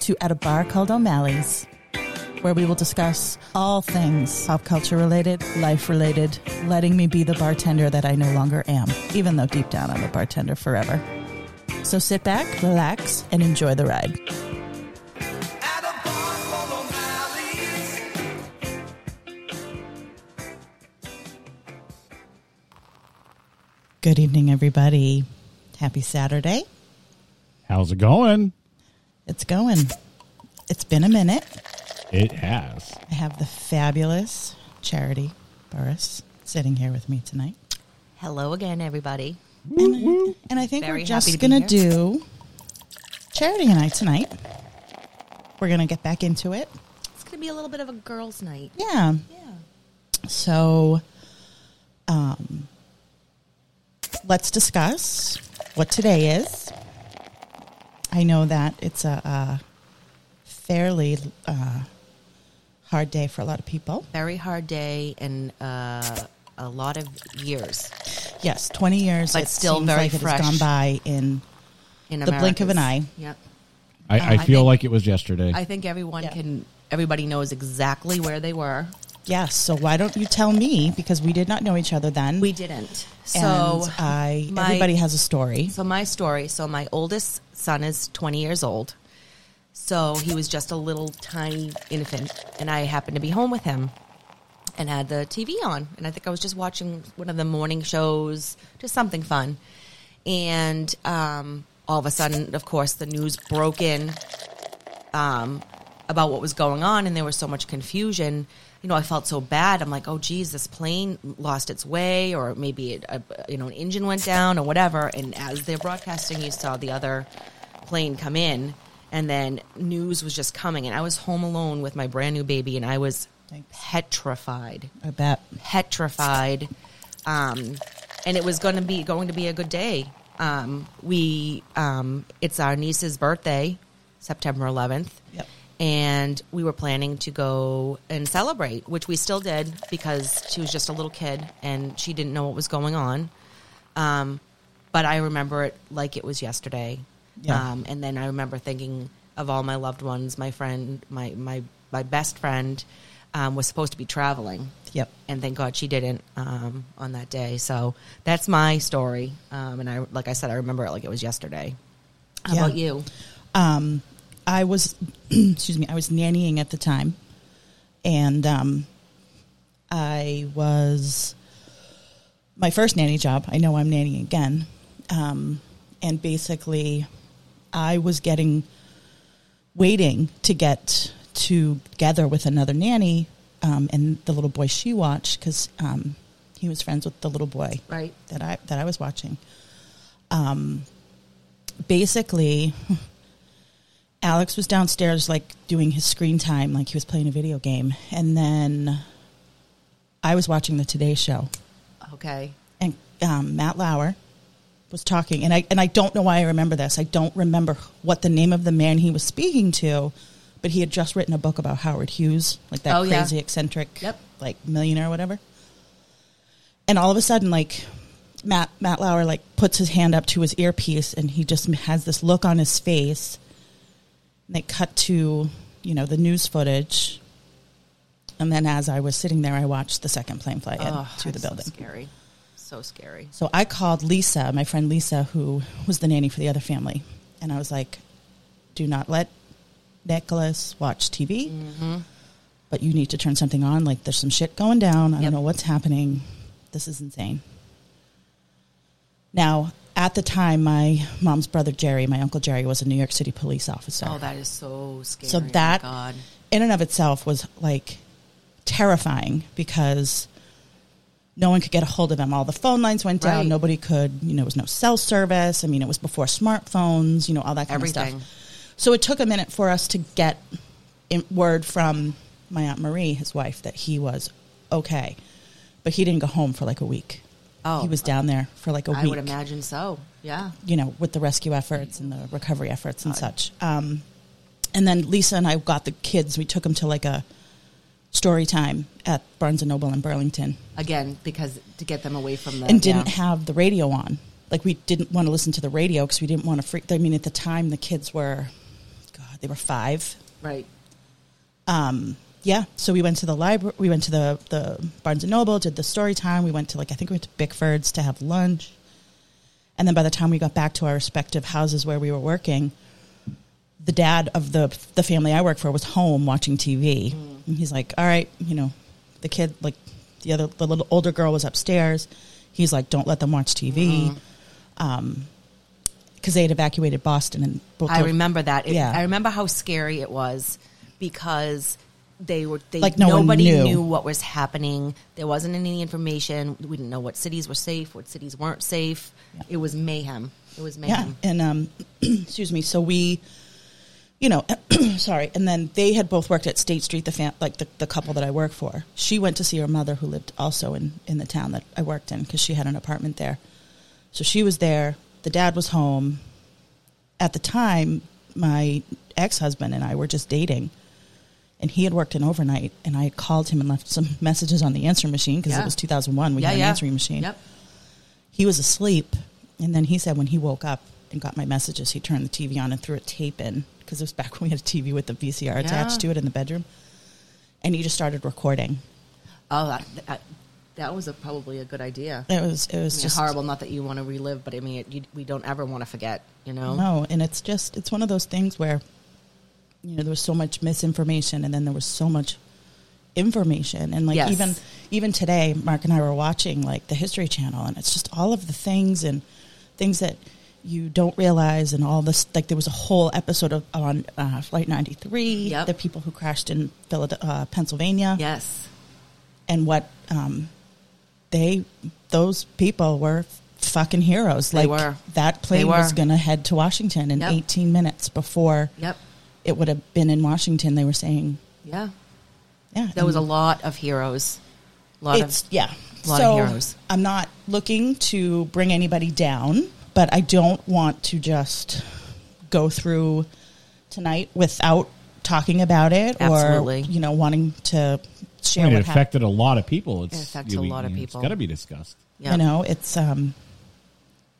to At a Bar Called O'Malley's, where we will discuss all things pop culture related, life related, letting me be the bartender that I no longer am, even though deep down I'm a bartender forever. So sit back, relax, and enjoy the ride. At a bar called O'Malley's. Good evening, everybody. Happy Saturday. How's it going? It's going. It's been a minute. It has. I have the fabulous Charity Burris sitting here with me tonight. Hello again, everybody. And I think Very we're happy just to be going to here. do Charity and I tonight. We're going to get back into it. It's going to be a little bit of a girls' night. Yeah. Yeah. So um, let's discuss what today is. I know that it's a, uh fairly uh, hard day for a lot of people. Very hard day and uh, a lot of years Yes, 20 years. But it still seems very like fresh. It has gone by in in The blink of an Americas. eye. Yep. Oh, I, I I feel think- like it was yesterday. I think everyone Yeah. can. Everybody knows exactly where they were. Yes. So why don't you tell me because we did not know each other then. We didn't. So and I my- everybody has a story. So my story. So my oldest son is 20 years old. So he was just a little tiny infant, and I happened to be home with him, and had the TV on, and I think I was just watching one of the morning shows, just something fun, and um, all of a sudden, of course, the news broke in um, about what was going on, and there was so much confusion. You know, I felt so bad. I'm like, oh, geez, this plane lost its way, or maybe it, uh, you know, an engine went down, or whatever. And as they're broadcasting, you saw the other plane come in, and then news was just coming. And I was home alone with my brand new baby, and I was Thanks. petrified I bet. petrified. Um, and it was going to be going to be a good day. Um, we um, it's our niece's birthday, September 11th. Yep. And we were planning to go and celebrate, which we still did because she was just a little kid and she didn't know what was going on. Um, but I remember it like it was yesterday. Yeah. Um, and then I remember thinking of all my loved ones. My friend, my my my best friend, um, was supposed to be traveling Yep. and thank God she didn't um, on that day. So that's my story, um, and I like I said, I remember it like it was yesterday. How Yeah. about you? Um, I was, excuse me, I was nannying at the time, and um, I was my first nanny job. I know I'm nannying again, um, and basically, I was getting waiting to get together with another nanny um, and the little boy she watched because um, he was friends with the little boy Right. that I that I was watching. Um, basically, Alex was downstairs like doing his screen time, like he was playing a video game, and then I was watching the Today Show, Okay. and um, Matt Lauer was talking, and I and I don't know why I remember this. I don't remember what the name of the man he was speaking to, but he had just written a book about Howard Hughes, like that Oh, yeah. crazy eccentric, Yep. like millionaire, or whatever. And all of a sudden, like Matt Matt Lauer like puts his hand up to his earpiece, and he just has this look on his face. And they cut to you know the news footage. And then, as I was sitting there, I watched the second plane fly in to the Oh, so building. scary. So scary. So I called Lisa, my friend Lisa, who was the nanny for the other family, and I was like, "Do not let Nicholas watch TV, but you need to turn something on. Like, there's some shit going down. I Yep. don't know what's happening. This is insane." Now, at the time, my mom's brother Jerry, my uncle Jerry, was a New York City police officer. Oh, that is so scary. So Oh my that, God. in and of itself, was like terrifying because no one could get a hold of him. All the phone lines went down. Right. Nobody could, you know, there was no cell service. I mean, it was before smartphones, you know, all that kind of Everything. stuff. So it took a minute for us to get in- word from my Aunt Marie, his wife, that he was okay. But he didn't go home for like a week. Oh. he was down there for like a I week would imagine so. Yeah. you know, with the rescue efforts and the recovery efforts and such. Um, and then Lisa and I got the kids. We took them to like a story time at Barnes and Noble in Burlington, Again, because to get them away from the and didn't Oh, yeah. have the radio on. Like we didn't want to listen to the radio because we didn't want to freak. I mean, at the time, the kids were God, they were five. Right. Um, yeah, so we went to the library. We went to the the Barnes and Noble, did the story time. We went to like I think we went to Bickford's to have lunch, and then by the time we got back to our respective houses where we were working, the dad of the the family I work for was home watching TV. Mm. And he's like, "All right, you know, the kid like the other the little older girl was upstairs." He's like, "Don't let them watch TV," Um Mm. because they had evacuated Boston and both I of- remember that. It- Yeah. I remember how scary it was because they were they Like, no one nobody knew. what was happening. There wasn't any information. We didn't know what cities were safe, what cities weren't safe. It was mayhem. It was Yeah, mayhem. and um, excuse me. So we, you know, sorry. And then they had both worked at State Street, the fam- like the, the couple that I work for. She went to see her mother, who lived also in in the town that I worked in, because she had an apartment there. So she was there. The dad was home. At the time, my ex husband and I were just dating. And he had worked an overnight, and I had called him and left some messages on the answering machine because Yeah. it was 2001. We yeah, had yeah. an answering machine Yep. he was asleep and then he said when he woke up and got my messages he turned the tv on and threw a tape in because it was back when we had a tv with the vcr attached to Yeah. it in the bedroom and he just started recording Oh, that, that, that was a, probably a good idea. it was it was I mean, just horrible. Not that you want to relive, but I mean, it, you, we don't ever want to forget. You know. no and it's just it's one of those things where you know there was so much misinformation and then there was so much information and like Yes. even even today mark and i were watching like the history channel and it's just all of the things and things that you don't realize and all this like there was a whole episode of on uh, flight 93 Yep. the people who crashed in Philadelphia, uh, pennsylvania Yes. and what um, they those people were fucking heroes They like were. that plane They were. was going to head to washington in Yep. 18 minutes before Yep. it would have been in washington they were saying Yeah. yeah There was a and- lot of heroes. A lot it's of yeah lot of so heroes. i'm not looking to bring anybody down but i don't want to just go through tonight without talking about it Absolutely. or you know wanting to share I mean, what happened it affected a lot of people. It's, affects a lot of people. It's got to be discussed. yeah. you know it's um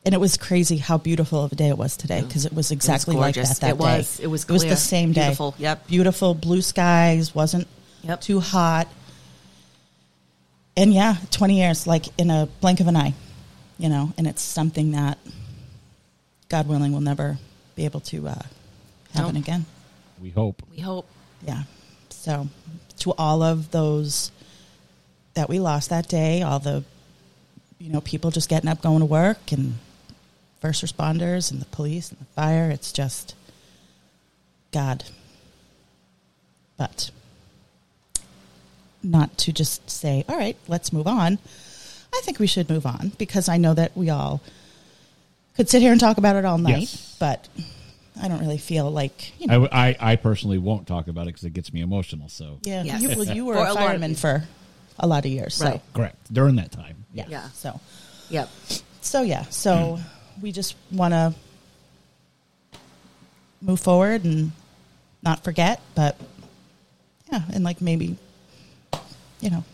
and it was crazy how beautiful of a day it was today because it was exactly like gorgeous. that that It was. day. It was it was the clear. same day. Beautiful. Yep. Beautiful blue skies. Wasn't Yep. too hot. And yeah, twenty years, like in a blink of an eye, you know. And it's something that, God willing, we'll never be able to uh, happen Nope. again. We hope. We hope. Yeah. So, to all of those that we lost that day, all the, you know, people just getting up, going to work, and first responders, and the police, and the fire, it's just God. But not to just say, all right, let's move on. I think we should move on because I know that we all could sit here and talk about it all night, Yes. but I don't really feel like, you know. I, w- I- I personally won't talk about it because it gets me emotional. So Yeah, Yes. you, well, you were For a a lot of fireman people. for a lot of years. So Right. correct during that time. yeah. Yeah. So Yep. so yeah. So we just want to move forward and not forget, but yeah, and like maybe you know.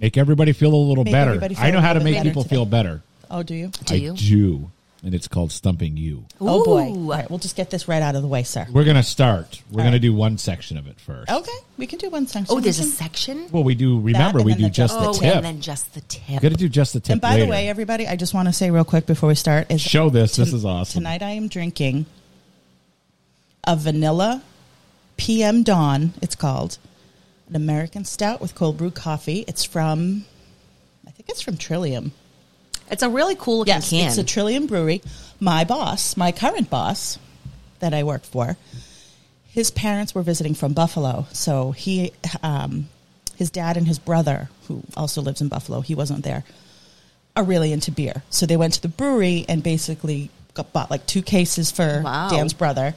Make everybody feel a little Make better. everybody feel I know a how to little make bit better people today. feel better. Oh, do you? Do I you? do, and it's called stumping you. Oh boy! Ooh. All right, we'll just get this right out of the way, sir. We're gonna start. All We're gonna right. Oh. do one section of it first. Okay, we can do one section. Oh, there's a We can- section. Well, we do. Remember, and we then do the just Oh, the tip. and then just the we tip. got to do just the tip. And by later. the way, everybody, I just want to say real quick before we start is show this. This Ton- is awesome. Tonight I am drinking a vanilla PM Dawn, it's called. An American stout with cold brew coffee. It's from I think it's from Trillium. It's a really cool looking Yes, can. it's a Trillium brewery. My boss, my current boss that I work for, his parents were visiting from Buffalo, so he, um, his dad and his brother, who also lives in Buffalo, he wasn't there, are really into beer. So they went to the brewery and basically got, bought like two cases for Wow. Dan's brother.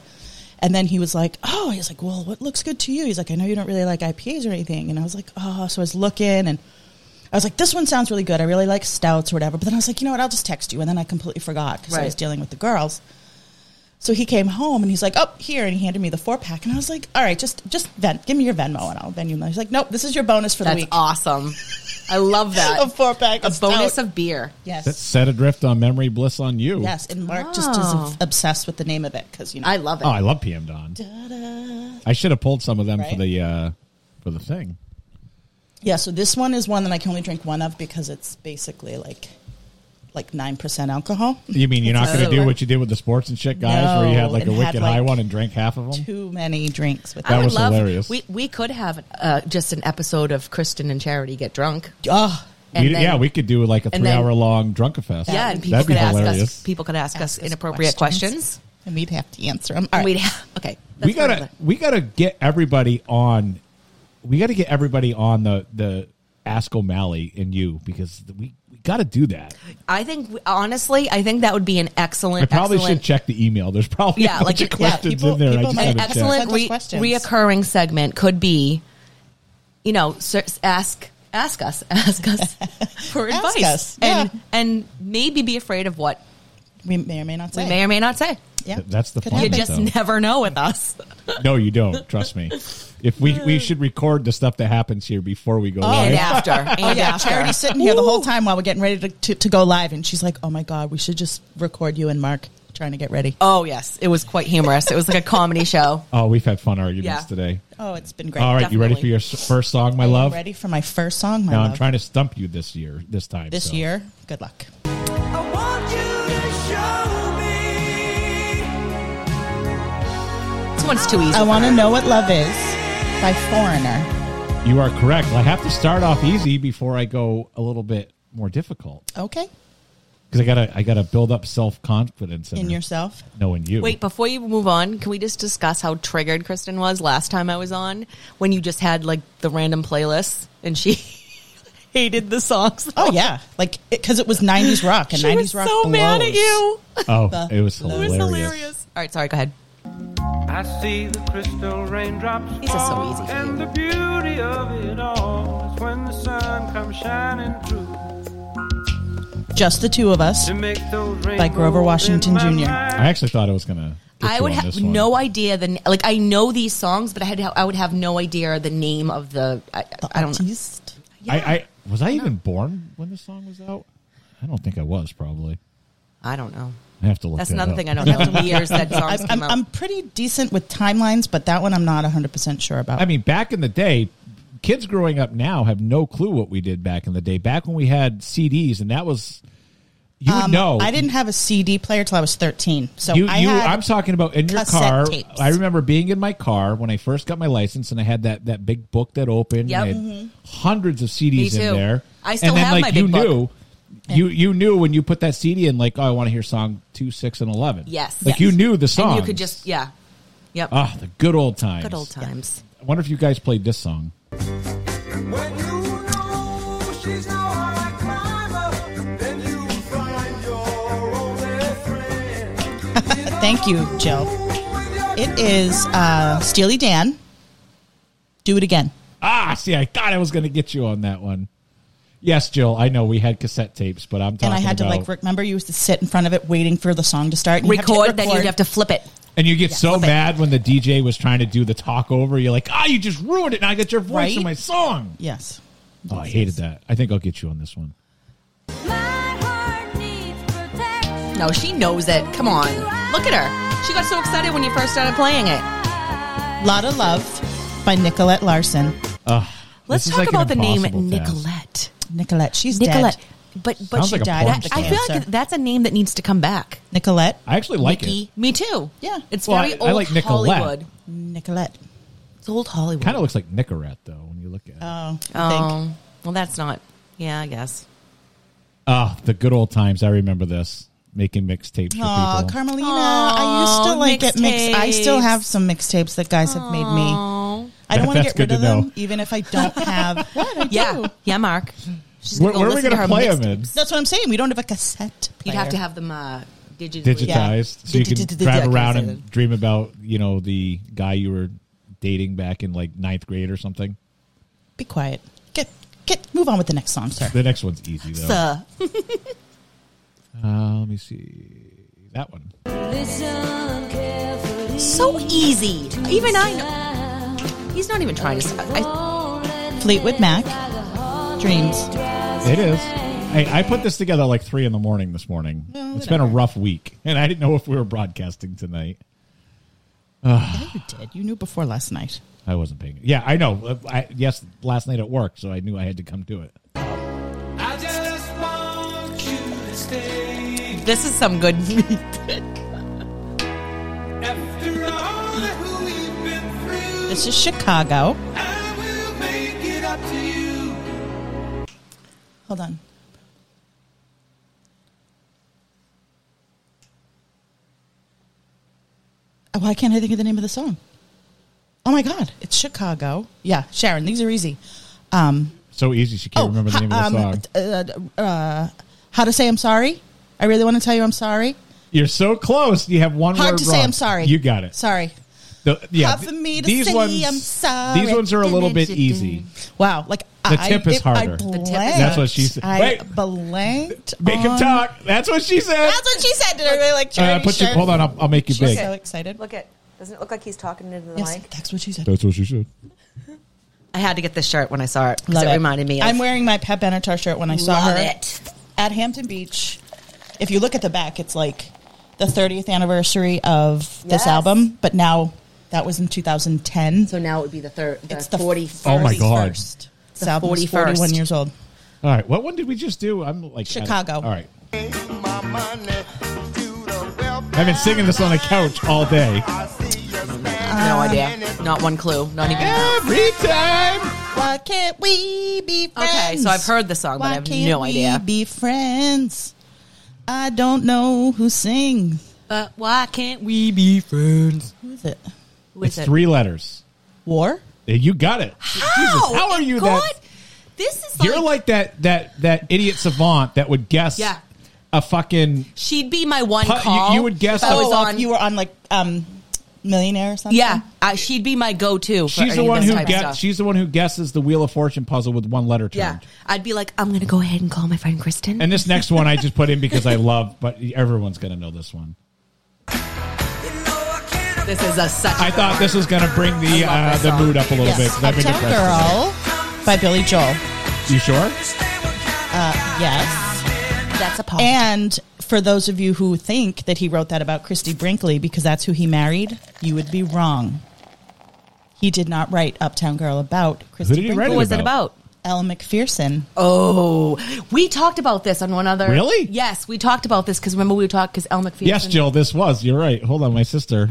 And then he was like, "Oh, he's like, well, what looks good to you?" He's like, "I know you don't really like IPAs or anything," and I was like, "Oh." So I was looking and. I was like, this one sounds really good. I really like stouts or whatever. But then I was like, you know what? I'll just text you. And then I completely forgot because I was Right. dealing with the girls. So he came home and he's like, "Up here," and he handed me the four pack, and I was like, "All right, just just vent, give me your Venmo, and I'll Venmo." you." He's like, "Nope, this is your bonus for the That's week." awesome. I love that. A four pack, A of bonus stout. of beer. yes, That's set adrift on memory bliss on you. yes. And Mark just Oh. is obsessed with the name of it because you know I love it. Oh, I love PM Don. I should have pulled some of them for Right? the uh, for the thing. Yeah, so this one is one that I can only drink one of because it's basically like like nine percent alcohol. You mean you're not going to do Absolutely. what you did with the sports and shit guys, where you No, had like a and wicked had, high like, one and drank half of them? Too many drinks with I That that. would was love, hilarious. We we could have uh, just an episode of Kristen and Charity get drunk. Ah, And We- then- yeah, we could do like a and three then- hour long drunkafest. yeah, and people That'd be could ask hilarious. us. People could ask, us us inappropriate questions. and we'd have to answer them. And We'd have, okay. we that's part of gotta it. we gotta get everybody on. We gotta get everybody on the the Ask O'Malley and you because we we gotta do that. I think honestly, I think that would be an excellent. I probably excellent, should check the email. There's probably Yeah, a like, bunch of yeah, questions people- in there. people I just might- an haven't checked. excellent Send us re- questions. reoccurring segment could be, you know, ser- ask ask us ask us for Ask advice us, yeah. and and maybe be afraid of what we may or may not say. we may or may not say. yeah, Th- that's the Could fun You of happen. just though. never know with us. No, you don't. Trust me. If we we should record the stuff that happens here before we go And live. after and Oh yeah, after. Charity's sitting here the whole time while we're getting ready to, to, to go live, and she's like, "Oh my god, we should just record you and Mark trying to get ready." Oh yes, it was quite humorous. It was like a comedy show. Oh, we've had fun arguments Yeah. today. Oh, it's been great. All right, you ready Definitely. for your s- first song, my I'm love? ready for my first song, my Now I'm love. trying to stump you this year, this time. this so. year. Good luck. I want you to show me. This one's too easy. I want to know what love is by Foreigner. you are correct. I have to start off easy before I go a little bit more difficult Okay. because I gotta I gotta build up self confidence In yourself. knowing you. Wait, before you move on, can we just discuss how triggered Kristen was last time I was on when you just had like the random playlists and she hated the songs? Oh yeah, like because it, was '90s rock and she '90s was rock. so mad at blows. you. oh, it was It It was hilarious. hilarious. All right, sorry, go ahead. I see the crystal raindrops These are so fall, easy for you. and the beauty of it all is when the sun comes shining through Just the two of us. to make those rainbows Grover in Washington my Jr.. mind. I actually thought I was gonna. get I you would on have this one. no idea the like. I know these songs, but I had I would have no idea the name of the. I, I don't know. Artiste. I, I was I even born when this song was out. I don't think I was. Probably I don't know. I have to look. That's that another up. thing I don't know. The years that I, songs came I'm, out. I'm pretty decent with timelines, but that one I'm not 100 percent sure about. I mean, back in the day, kids growing up now have no clue what we did back in the day. Back when we had CDs, and that was you would Um, know. I didn't have a CD player till I was 13, so You, I you, had I'm talking about in your cassette car. tapes. I remember being in my car when I first got my license, and I had that, that big book that opened. Yep. Mm-hmm. and I had hundreds of CDs Me in too. there. I still and then, have like, my you big book. knew, you you knew when you put that CD in, like, oh, I want to hear song two, six, and eleven. Yes. like Yes. you knew the song. and you could just yeah, yep. ah, the good old times. Good old times. I wonder if you guys played this song. When you know she's no high climber, then you find your only friend. Thank you, Jill. It is uh, Steely Dan. Do it again. Ah, see, I thought I was going to get you on that one. Yes, Jill, I know we had cassette tapes, but I'm talking And I had to about- like remember you used to sit in front of it waiting for the song to start. and you have to hit Record, then you'd have to flip it. and you get so flip it. mad when the DJ was trying to do the talk over. You're like, ah, you just ruined it, and I got your voice in Right? my song. Yes. Oh, I hated that. I think I'll get you on this one. No, she knows it. Come on, look at her. She got so excited when you first started playing it. Lot of Love by Nicolette Larson. Let's is talk like an about the name impossible task. Nicolette. Nicolette, she's Nicolette, dead. but but Sounds she like a died. porn I, I feel star. like that's a name that needs to come back. Nicolette. I actually like it. Nikki, me too. Yeah. it's Well, very I- I old like Nicolette. Hollywood. Nicolette. It's old Hollywood. Kind of looks like Nicorette though when you look at it. Oh, Oh, well, that's not. Yeah, I guess. Ah, the good old times. I remember this making mixtapes for Oh, people. Carmelina, Aw, I used to like get mixed. I still mixtapes. have some mixtapes that guys have made me. Oh, I That- don't want to that's get rid good of to know. them, even if I don't have. what? I yeah, do. yeah, Mark. She's where go where are we listen going to her play mix- them in? That's what I'm saying. We don't have a cassette. You'd have to player. have them uh, digitally. digitized, so you Digi- can digi- digi- I drive can't around say and that. dream about you know the guy you were dating back in like ninth grade or something. Be quiet. Get get move on with the next song, sir. The next uh, one's easy though. Duh. Uh, let me see that one. listen carefully. So easy. Even I know. know. He's not even trying to. s- I, Fleetwood Mac, Dreams. It is. Hey, I put this together like three in the morning this morning. Well, it's been a whatever. rough week, and I didn't know if we were broadcasting tonight. Yeah, you did. You knew before last night. I wasn't paying. Yeah, I know. I, yes, last night at work, so I knew I had to come do it. I just want you to stay. this is some good. After all that we've been through, This is Chicago. I will make it up to you. Hold on. Oh, Why can't I think of the name of the song? Oh my God, it's Chicago. Yeah, Sharon, these are easy. Um, So easy, she can't remember the name of the um, song. uh, uh, how to say I'm sorry? I really want to tell you I'm sorry. You're so close. You have one Hard word to wrong. say I'm sorry. You got it. Sorry. The- yeah, Hard for me to these say ones, I'm sorry. These ones are a little bit easy. Wow. Like The I, tip is I- I harder. The tip is blanked. That's what she said. I Wait. blanked. Make him on- talk. That's what she said. That's what she said. Did I really like? uh, put you, hold on, I'll, I'll make you She's big. so excited. Look at. Doesn't it look like he's talking into the Yes, that's what she said. That's what she said. I had to get this shirt when I saw it because Love it, reminded me. Of, I'm wearing my Pat Benatar shirt when I saw Love her it. at Hampton Beach. If you look at the back, it's like the 30th anniversary of this Yes. album, but now that was in 2010. So now it would be the third. The it's the 40. Oh my God. First. This The album is 41st. 41 years old. All right, what one did we just do? I'm like Chicago. All right, My money to the welfare. I've been singing this on the couch all day. I see you standing no idea. Not one clue. Not even. Every time. Why can't we be friends? Okay, so I've heard the song, but I Why have can't no we idea. be friends? I don't know who sings. But why can't we be friends? Who is it? Who It's is it? three letters. War? Uh, You got it. Jesus, how are you Oh, God, that? This is You're like that that that idiot savant that would guess Yeah. a fucking she'd be my one Pu- you- call. you would guess if I the- was oh, if on. you were on like um, Millionaire or something? yeah, I, she'd be my go-to. For She's any the of one this who type of guess, stuff. she's the one who guesses the Wheel of Fortune puzzle with one letter Yeah, turned. I'd be like, I'm gonna go ahead and call my friend Kristen. And this next one I just put in because I love, but everyone's gonna know this one. this is a such. I thought this was gonna bring the I uh, love that the song. mood up a little bit. Yes. 'cause I've been Uptown depressed. Girl by Billy Joel. You sure? Yes. that's a pop. And for those of you who think that he wrote that about Christy Brinkley because that's who he married, you would be wrong. He did not write Uptown Girl about Christy Who did he Brinkley. write what was it about? Elle McPherson. Oh, we talked about this on one other. Really? Yes, we talked about this because remember we talked because El McPherson. Yes, Jill, this was. You're right. Hold on, my sister.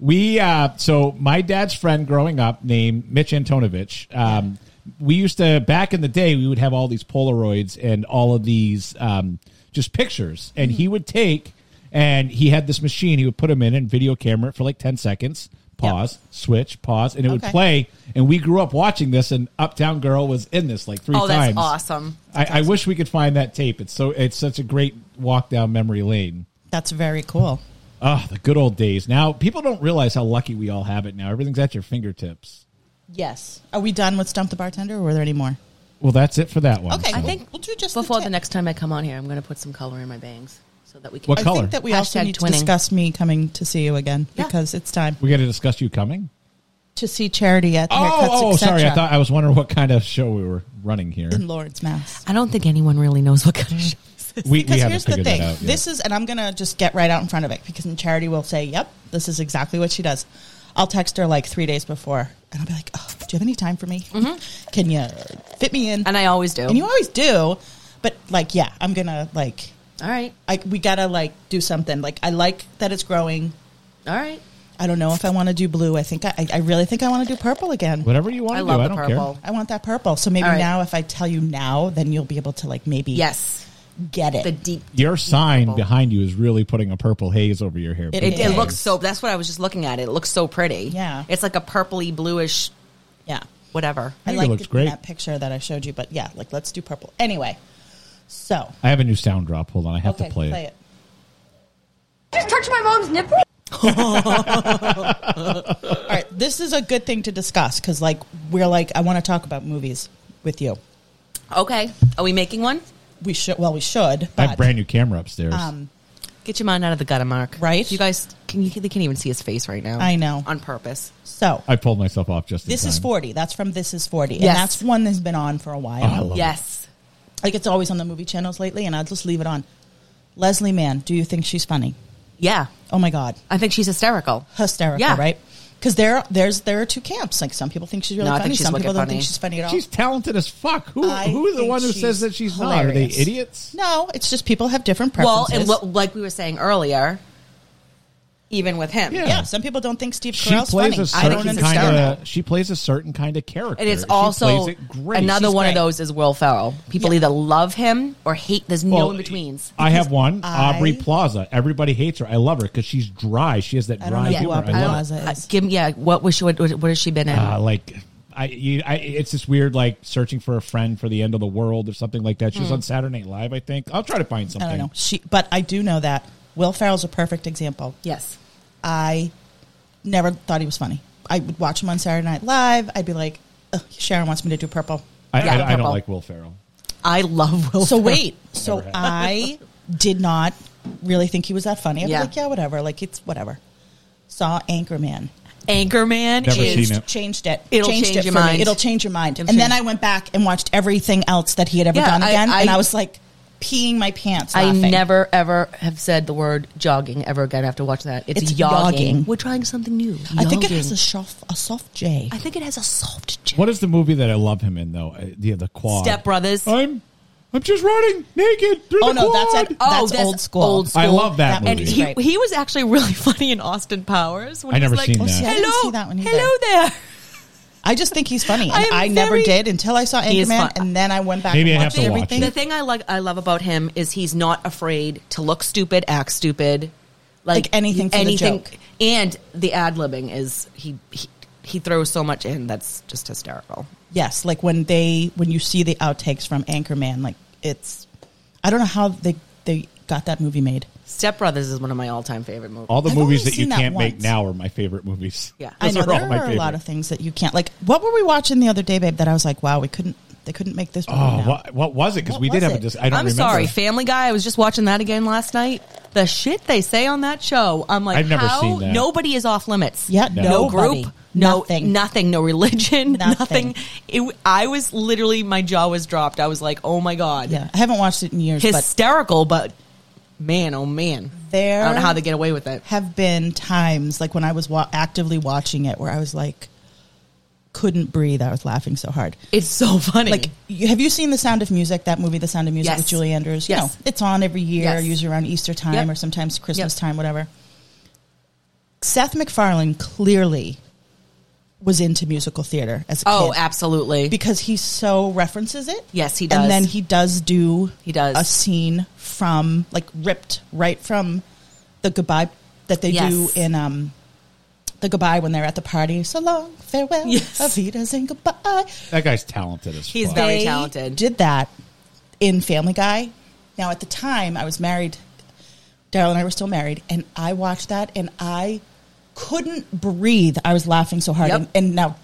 We uh, so my dad's friend growing up named Mitch Antonovich. Um, we used to back in the day we would have all these Polaroids and all of these um, just pictures, and Mm-hmm. he would take and he had this machine. He would put them in and video camera it for like ten seconds. Pause, switch, pause, and it would Okay. play. And we grew up watching this, and Uptown Girl was in this like three Oh, that's times. awesome. I, I wish we could find that tape. It's so it's such a great walk down memory lane. That's very cool. Ah, the good old days. Now people don't realize how lucky we all have it. Now everything's at your fingertips. Yes. Are we done with Stump the Bartender or were there any more? Well, that's it for that one. Okay. I think We'll do just the before the, tip. next time I come on here, I'm going to put some color in my bangs so that we can. What I color? think that we Hashtag also need to twinning. discuss me coming to see you again Yeah. because it's time we got to discuss you coming. to see Charity at Haircuts Oh, oh, Etc. sorry. I thought I was wondering what kind of show we were running here. in Lord's Mass. I don't think anyone really knows what kind of show. Mm. this is. We, we Because haven't here's the figured thing. that out. Yet. This is, and I'm going to just get right out in front of it because in charity will say, yep, this is exactly what she does. I'll text her like three days before and I'll be like, oh, do you have any time for me? Can you fit me in? Mm-hmm. And I always do. And you always do, but like, yeah, I'm going to like, all right, I, we got to like do something. Like, I like that it's growing. all right. I don't know if I want to do blue. I think I, I- I really think I want to do purple again. Whatever you want I to love do, I the don't purple. care. I want that purple. So maybe All right. now, if I tell you now, then you'll be able to like maybe Yes, get it. the deep. Your sign Purple. behind you is really putting a purple haze over your hair. It It, it is. looks so. That's what I was just looking at. It looks so pretty. Yeah. it's like a purpley bluish yeah. whatever. I think it like looks great. that picture that I showed you, but yeah, like let's do purple. Anyway, so I have a new sound drop. Hold on, I have to play, it. Just touch my mom's nipple. All right, this is a good thing to discuss because like we're like I want to talk about movies with you. Okay, are we making one? We should, well, we should, I have but um, brand new camera upstairs. Get your mind out of the gutter, Mark. Right? You guys, can you, they can't even see his face right now. I know. On purpose. So I pulled myself off just. in this is time. forty. That's from This Is Forty, Yes. and that's one that's been on for a while. Oh, I love it. Yes. Like it's always on the movie channels lately, and I'll just leave it on. Leslie Mann, do you think she's funny? Yeah. Oh my god, I think she's hysterical. hysterical, Yeah. right? Because there, there's there are two camps. Like some people think she's really No, I funny, think she's some wicked people don't funny. think she's funny at all. She's talented as fuck. Who I who is the think one who says she's that she's not? Are they hilarious. idiots? no, it's just people have different Well, preferences. and what, like we were saying earlier, even with him. Yeah. yeah, some people don't think Steve She Carell's plays funny. a I don't certain understand. kind that. of. She plays a certain kind of character, And it's She also plays it great. another She's one great. of those is Will Ferrell. People either love him or hate. There's no Well, in betweens. I have one. I- Aubrey Plaza. Everybody hates her. I love her because she's dry. She has that I don't dry know who humor. Aubrey I love Plaza Uh, is. give me yeah. What was she? What, what has she been in? it. Uh, like I, you, I, it's this weird like searching for a friend for the end of the world or something like that. She was on Saturday Night Live, I think. I'll try to find Hmm. I something. don't know. She, but I do know that Will Ferrell's a perfect example. yes. I never thought he was funny. I would watch him on Saturday Night Live. I'd be like, Ugh, Sharon wants me to do purple. I, Yeah, I, I don't purple. like Will Ferrell. I love Will. So Ferrell. wait, so Never had. I did not really think he was that funny. I was Yeah. like, yeah, whatever. Like it's whatever. Saw Anchorman. Anchorman Never is seen it. Changed it. It'll changed change it your for me. mind. It'll change your mind. It'll and then change- I went back and watched everything else that he had ever Yeah, done I- again, and I- I was like peeing my pants. I laughing. never ever have said the word jogging ever again after watching that. It's, It's jogging. yogging. We're trying something new. I think it Yogging. has a soft, a soft J. I think it has a soft. J. What is the movie that I love him in though? Uh, Yeah, the quad. Step Brothers. I'm, I'm just running naked through Oh the no, that's quad. it. Oh, That's, that's old school. old school. I love that, That and movie. movie. he, Right. he was actually really funny in Austin Powers. When I he was never like, seen Oh, that. see, I didn't Hello, see that one either. hello there. I just think he's funny. I And am I, never very- did until I saw He is Anchorman, fu- and then I went back Maybe I and have watched to watch everything. it. The thing I like, I love about him is he's not afraid to look stupid, act stupid, Like anything for the joke. and the ad libbing is he, he he throws so much in that's just hysterical. Yes, like when they when you see the outtakes from Anchorman, like it's I don't know how they they got that movie made. Step Brothers is one of my all time favorite movies. All the I've movies only that you seen that can't make once. now are my favorite movies. Yeah. I I Those know are all there my are a lot favorite. of things that you can't like. What were we watching the other day, babe? That I was like, wow, we couldn't. They couldn't make this. Movie Oh, now. what, what was it? Because What we did was have a it? dis- I don't I'm remember. sorry, Family Guy. I was just watching that again last night. The shit they say on that show, I'm like, I've never how? seen that. Nobody is off limits. Yeah, No. no nobody. group, no nothing. nothing, no religion, Nothing. nothing. It, I was literally, my jaw was dropped. I was like, oh my god, Yeah, I haven't watched it in years, but hysterical, but, man, oh man, There- I don't know how they get away with it. have been times like when I was wa- actively watching it where I was like, couldn't breathe. I was laughing so hard. It's so funny. Like, you, have you seen The Sound of Music? That movie, The Sound of Music, Yes. with Julie Andrews. You Yes. know, it's on every year, Yes. usually around Easter time Yep. or sometimes Christmas Yep. time, whatever. Seth MacFarlane clearly was into musical theater as a oh, kid absolutely. because he so references it. Yes, he does. And then he does do He does. a scene from like ripped right from the goodbye that they do Yes. in um the goodbye when they're at the party. So long, farewell, Yes. avidas and goodbye. That guy's talented as He's fuck. very- They talented. Did that in Family Guy. Now at the time I was married. Daryl and I were still married, and I watched that, and I couldn't breathe. I was laughing so hard, Yep. and, and now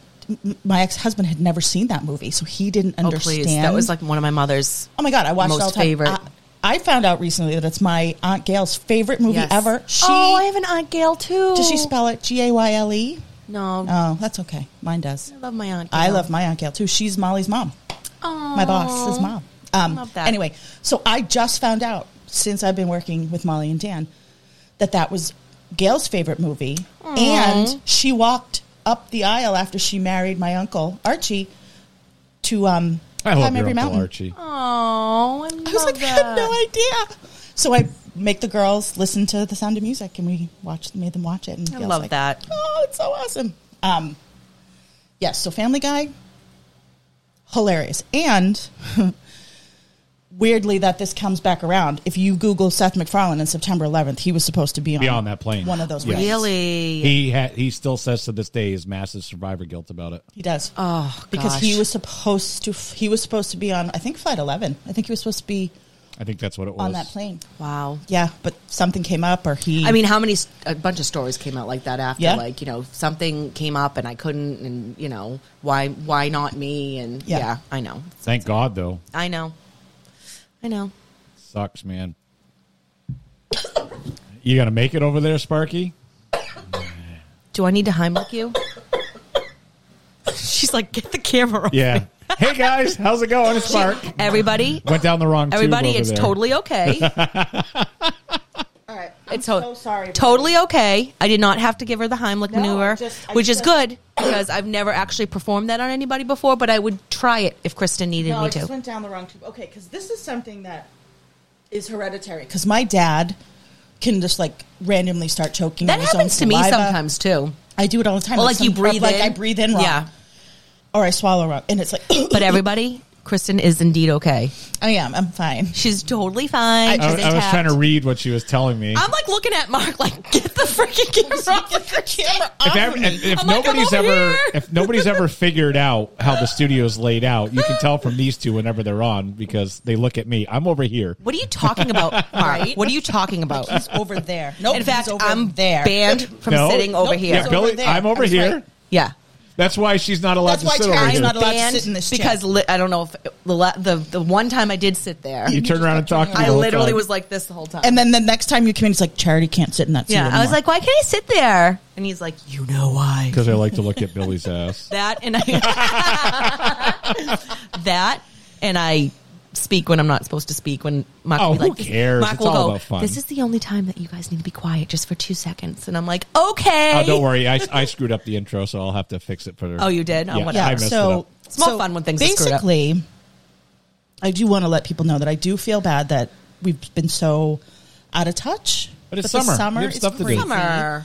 m- my ex husband had never seen that movie, so he didn't oh understand. please, that was like one of my mother's. Oh my god, I watched most it all the time. favorite. I, I found out recently that it's my aunt Gail's favorite movie Yes. ever. She oh, I have an Aunt Gail too. does she spell it G A Y L E? No, Oh, that's okay. Mine does. I love my Aunt. Gail. I love my aunt Gail too. She's Molly's mom. My boss is mom. Um, Love that. Anyway, so I just found out since I've been working with Molly and Dan that that was Gail's favorite movie, and she walked up the aisle after she married my uncle Archie to um, I love climb your every Uncle mountain. Archie. Oh, I, I was like, I had no idea. So I make the girls listen to The Sound of Music, and we watched, made them watch it. And I Gail's love like, that. Oh, it's so awesome. Um, yes, so Family Guy, hilarious, and weirdly that this comes back around. If you Google Seth MacFarlane on September 11th, he was supposed to be on, Be on that plane. One of those Yes. planes. Really? He ha- he still says to this day his massive survivor guilt about it. He does. Oh, because he gosh. was supposed to. f- He was supposed to be on. I think flight 11. I think he was supposed to be I think that's what it was. on that plane. wow. Yeah, but something came up, or he. I mean, how many? A bunch of stories came out like that after, Yeah. like you know, something came up and I couldn't, and you know, why? Why not me? And Yeah. yeah, I know, Thank God though. I know, I know. Sucks, man. You gonna make it over there, Sparky? Do I need to Heimlich you? She's like, get the camera. off Yeah. hey guys, how's it going? It's Mark. me." Everybody, Went down the wrong. tube everybody, over it's there. totally okay. All right. It's to- so sorry. about Totally okay. I did not have to give her the Heimlich No, maneuver, just- I which is just- good because I've never actually performed that on anybody before. But I would try it if Kristen needed No, me I to. just went down the wrong tube. Okay, because this is something that is hereditary. Because my dad can just like randomly start choking. that on his own happens to me saliva. sometimes too. I do it all the time. Well, like you some crap, breathe like in. I breathe in wrong, Yeah. or I swallow wrong, and it's like. But everybody, Kristen is indeed okay. I am. I'm fine. She's totally fine. I, She's I was intact. trying to read what she was telling me. I'm like looking at Mark, like get the freaking camera off of her camera. if, off ever- of me. if, if I'm like, I'm nobody's over ever here. if nobody's ever figured out how the studio's laid out, you can tell from these two whenever they're on because they look at me. I'm over here. What are you talking about, Mark? Right? What are you talking about? He's over there. No, In fact, he's over I'm there. banned from No. sitting over Nope, here. he's Yeah, Billy, over there. I'm over That's here. right. yeah. That's why she's not allowed That's to why sit over Tara's here. not allowed to banned sit in this chair. because li- I don't know if the, la- the the one time I did sit there, you turn around and talk to me. I the whole literally time. was like this the whole time. And then the next time you come in, it's like Charity can't sit in that seat. yeah, I was anymore. like, why can't I sit there? And he's like, you know why? because I like to look at Billy's ass. That and I that and I speak when I'm not supposed to speak. When Mark Oh, will be who like, this- cares? Mark It's will all go, about fun. This is the only time that you guys need to be quiet, just for two seconds. And I'm like, okay. Oh, don't worry. I, I screwed up the intro, so I'll have to fix it for her. Oh, you did? Oh, yeah, whatever. I messed it so up. It's more so fun when things are screwed up. basically. I do want to let people know that I do feel bad that we've been so out of touch. But it's the summer. You have is stuff to do. crazy. Summer.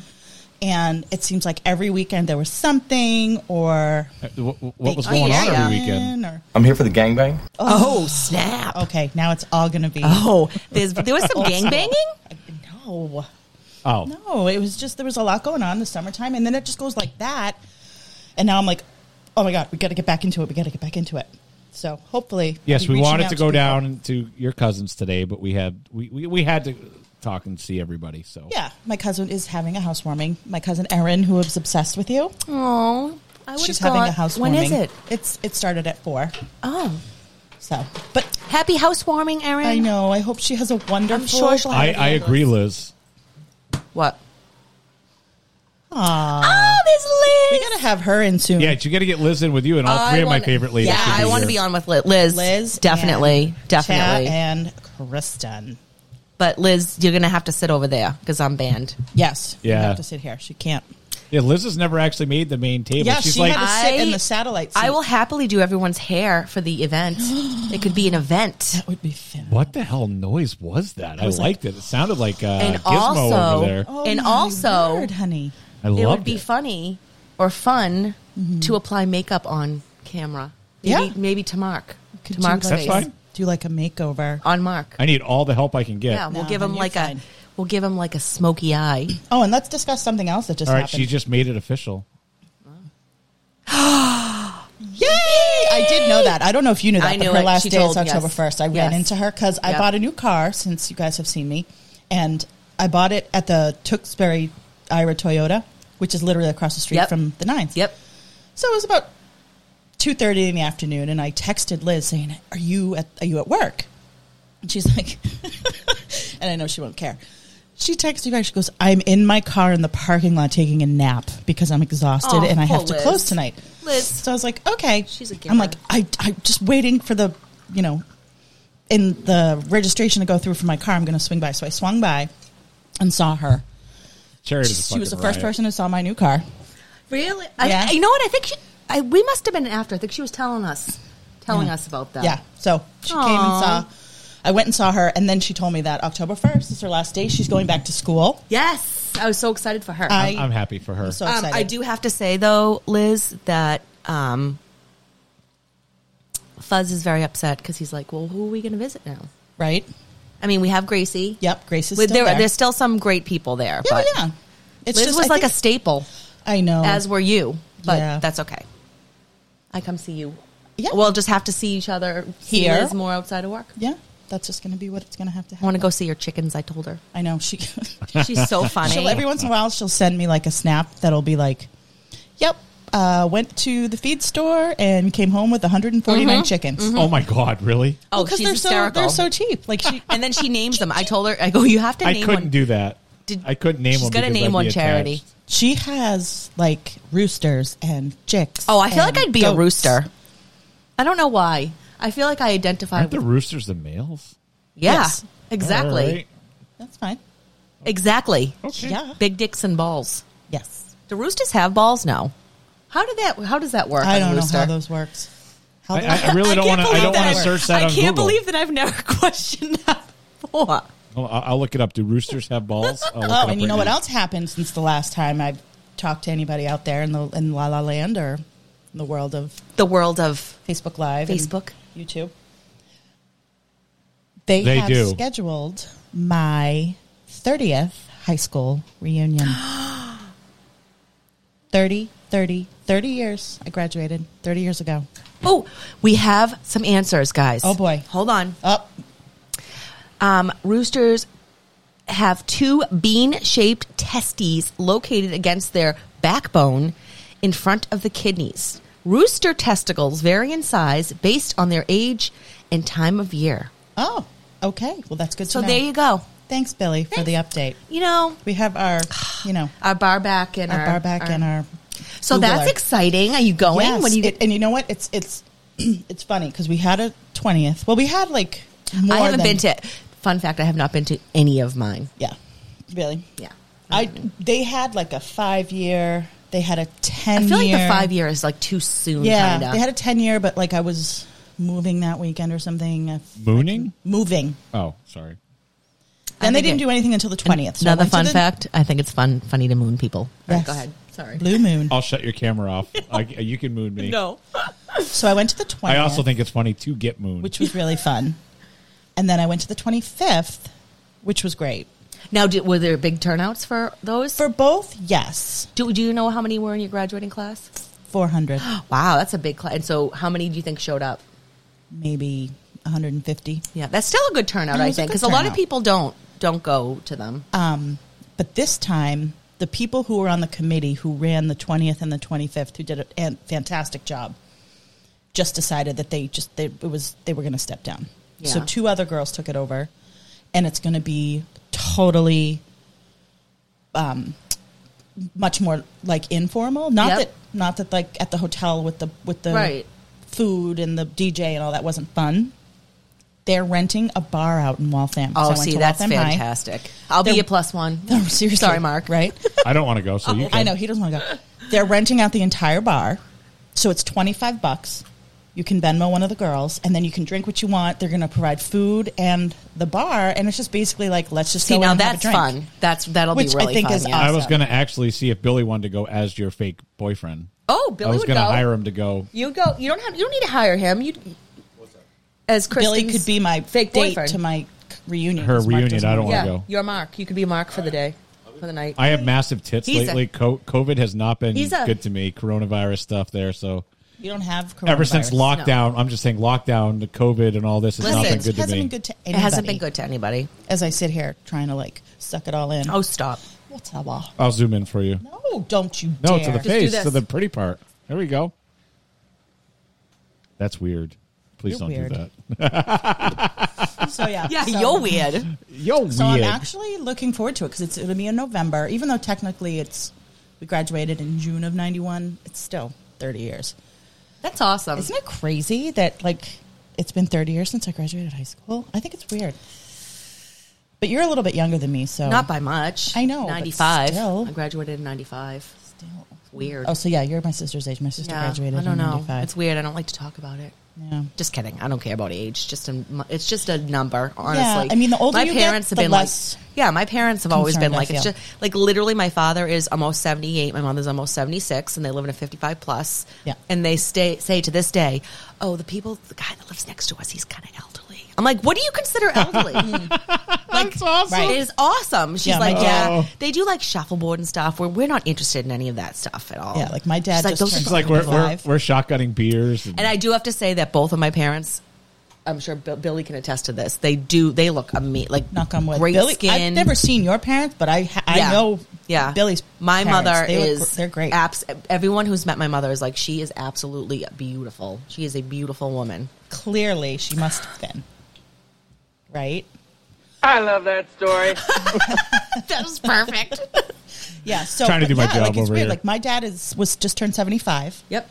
and it seems like every weekend there was something or Uh, What, what was Oh, going on yeah. every weekend? or I'm here for the gangbang. Oh, snap. okay, now it's all gonna be Oh, there's, there was some gang banging. no, Oh, no. It was just there was a lot going on in the summertime, and then it just goes like that. And now I'm like, oh my god, we got to get back into it. We got to get back into it. So hopefully, I'll yes, be we reaching wanted out to go people. down to your cousins today, but we had we, we, we had to talk and see everybody. So Yeah, my cousin is having a housewarming. My cousin Erin, who is obsessed with you, Oh, I would she's have having a gone- housewarming. When is it? It's it started at four. Oh, So, but happy housewarming, Erin. I know. I hope she has a wonderful. I'm sure she'll I, have I agree, Liz. What? Aw. Oh, We there's Liz. gotta have her in soon. Yeah, you got to get Liz in with you and all I three of my wanna- favorite ladies. Yeah, should I want to here. be on with Liz. Liz, Liz, definitely, and definitely. Chad and Kristen. but Liz, you're gonna have to sit over there because I'm banned. Yes, you Yeah. have to sit here. She can't. Yeah, Liz has never actually made the main table. Yeah, She's she like, had to sit I- in the satellite. Seat. I will happily do everyone's hair for the event. it could be an event, That would be fun. what the hell noise was that? I, was like- liked it. It sounded like uh, and Gizmo also, over there. and Oh my also, word, honey. I it would loved be it. funny or fun to apply makeup on camera. Maybe, Mm-hmm. Yeah. maybe to Mark, Could to you, Mark's like, That's face, fine. Do like a makeover. on Mark. I need all the help I can get. yeah, we'll No, give him then you're like fine. a we'll give him like a smoky eye. Oh, and let's discuss something else that just all right, happened. she just made it official. Yay! I did know that. I don't know if you knew that, I but knew her it. last She day is told- yes. October first. I ran Yes. into her because I Yep. bought a new car since you guys have seen me, and I bought it at the Tewksbury Ira Toyota, which is literally across the street Yep. from the Nines. Yep. So it was about two thirty in the afternoon, and I texted Liz saying, "Are you at Are you at work?" And she's like, and I know she won't care. She texts you guys. She goes, "I'm in my car in the parking lot taking a nap because I'm exhausted Aw, and I have poor to Liz. close tonight." Liz. So I was like, "Okay." She's a giver. I'm like, I, I'm just waiting for the, you know, in the registration to go through for my car. I'm going to swing by. So I swung by and saw her. Charity was a She was the fucking first riot. person who saw my new car. Really? Yeah. I, you know what? I think she, I, we must have been after. I think she was telling us, telling us about that. Yeah. So she came and saw. I went and saw her, and then she told me that October first is her last day. She's going back to school. Yes, I was so excited for her. I, I'm happy for her. so um, excited. I do have to say though, Liz, that um, Fuzz is very upset because he's like, "Well, who are we going to visit now?" right. I mean, we have Gracie. Yep. Grace is With- still there, there. There's still some great people there. yeah, but yeah. It's Liz was I like think- a staple, I know. as were you. But Yeah. that's okay. I come see you. Yeah. We'll just have to see each other see Here. Liz more outside of work. yeah. That's just going to be what it's going to have to I want happen. to go see your chickens. I told her. I know she. She's so funny. she'll every once in a while she'll send me like a snap that'll be like, "Yep, uh, went to the feed store and came home with 149 chickens." Oh my god, really? Mm-hmm. oh, because she's they're so hysterical. they're so cheap. Like she and then she names them. I told her, I go, you have to I name couldn't one. do that. Did, I couldn't name She's one. got to because name I'd one be charity. attached. She has like roosters and chicks. Oh, I feel and like I'd be a goats. rooster. I don't know why. I feel like I identify. Aren't the With, roosters the males? yeah, Yes. exactly, All right. That's fine. exactly. Okay. Yeah. Big dicks and balls. Yes. Do roosters have balls now? How did that? How does that work? I on a don't know rooster? how those works. How I, those I- I really don't want can't to. I believe don't want to that- search that I on can't Google. believe that I've never questioned that before. I'll, I'll look it up. Do roosters have balls? I'll look Oh, it up and you right know what now. else happened since the last time I've talked to anybody out there in the in La La Land or in the world of The world of Facebook Live, and Facebook? YouTube. They, They have do. scheduled my thirtieth high school reunion. 30, 30, 30 years. I graduated thirty years ago. oh, we have some answers, guys. Oh, boy. hold on. Up, Um, roosters have two bean shaped testes located against their backbone in front of the kidneys. Rooster testicles vary in size based on their age and time of year. oh, okay. Well, that's good. So to know. there you go. Thanks, Billy, for the update. You know, We have our, you know, our bar back and our, our, bar back and our. So that's Googler. exciting. Are you going? Yes, What do you? it- and you know what? It's it's it's funny because we had a twentieth. Well, we had like more I haven't than- been to. Fun fact: I have not been to any of mine. Yeah, really. Yeah, I they had like a five year. They had a ten. I feel like year, the five year is like too soon. Yeah, kinda. they had a ten year, but like I was moving that weekend or something. uh, Mooning? Moving. Oh, sorry. Then they think didn't it- do anything until the twentieth. Another fun fact: I think it's fun, funny to moon people. All right, Yes. go ahead. Sorry. Blue Moon. I'll shut your camera off. I, you can moon me. No. So I went to the I twentieth. also think it's funny to get moon. which was really fun, and then I went to the twenty fifth, which was great Now, did, were there big turnouts for those? for both. Yes, do, do you know how many were in your graduating class? four hundred. Wow, that's a big class. And so, how many do you think showed up? maybe 150. Yeah, that's still a good turnout, It I was a think, good because a lot of turnout. people don't don't go to them. Um, but this time, the people who were on the committee who ran the 20th and the 25th, who did a an- fantastic job, just decided that they just they, it was they were going to step down. So Yeah. two other girls took it over, and it's going to be totally um, much more like informal. Not Yep. that not that like at the hotel with the with the Right. food and the DJ and all that wasn't fun. They're renting a bar out in Waltham. 'cause I Oh, went see, to that's Waltham High. fantastic. I'll be They're- a plus one. No, seriously. Sorry, Mark. Right? I don't want to go, so you can. I know he doesn't want to go. They're renting out the entire bar, so it's twenty five bucks. You can Venmo one of the girls, and then you can drink what you want. They're going to provide food and the bar, and it's just basically like let's just See, go now in and have a that's drink. fun. That's that'll Which be I really think fun. is yeah. I was awesome. going to actually see if Billy wanted to go as your fake boyfriend. Oh, Billy I was would gonna go. hire him to go. You go. You don't have. You don't need to hire him. You as Kristen's Billy could be my fake date boyfriend. to my reunion. Her 'cause Mark reunion, doesn't I don't wanna wanna yeah. go. You're Mark. You could be Mark for the day, for the night. I have massive tits He's a- lately. Co- COVID has not been He's a- good to me. Coronavirus stuff there. So go. You don't have ever since coronavirus. lockdown, I'm just saying lockdown, the COVID, and all this has not Listen, been It good to hasn't me. been good to it anybody. hasn't been good to anybody. As I sit here trying to like suck it all in. Oh, stop. what's that? wall? I'll zoom in for you. No, don't you No, dare. to the do face, to this. the pretty part. There we go. That's weird. You're Please don't weird. do that. So yeah, Yeah, so- you're weird. Yo, So weird. I'm actually looking forward to it because it's it'll be in November. Even though technically it's we graduated in June of '91, it's still 30 years. That's awesome. Isn't it crazy that like it's been 30 years since I graduated high school? I think it's weird. But you're a little bit younger than me, so Not by much. I know, but Ninety five. still. I graduated in ninety five. Still. Weird. Oh, so yeah, you're my sister's age. My sister yeah, graduated I don't in know. '95. It's weird. I don't like to talk about it. yeah. Just kidding. I don't care about age. Just a, mu- it's just a number. Honestly, I mean, the older my you get, parents the have been less like, yeah, my parents have always been concerned I like, it's feel. just like literally, my father is almost seventy eight, my mother's almost seventy six, and they live in a fifty five plus. Yeah. and they stay say to this day, oh, the people, the guy that lives next to us, he's kind of elderly. I'm like, what do you consider elderly? That's awesome. It is awesome. She's Hmm. Yeah, my like, dad- yeah, they do like shuffleboard and stuff. Where we're not interested in any of that stuff at all. Yeah, like my dad She's like, just "Those turned It's like we're, we're, we're shotgunning beers. And, and I do have to say that both of my parents, I'm sure Bill, Billy can attest to this. They do. They look amazing. Like Knock on wood. Great Billy, skin. I've never seen your parents, but I ha- I Yeah. know Yeah, Billy's. My parents. mother They look is. gr- they're great. Abs- everyone who's met my mother is like she is absolutely beautiful. She is a beautiful woman. Clearly, she must have been right. I love that story. that was perfect. Yeah, so Trying to do my yeah, like, job it's over weird. here. Like my dad is was just turned seventy five Yep.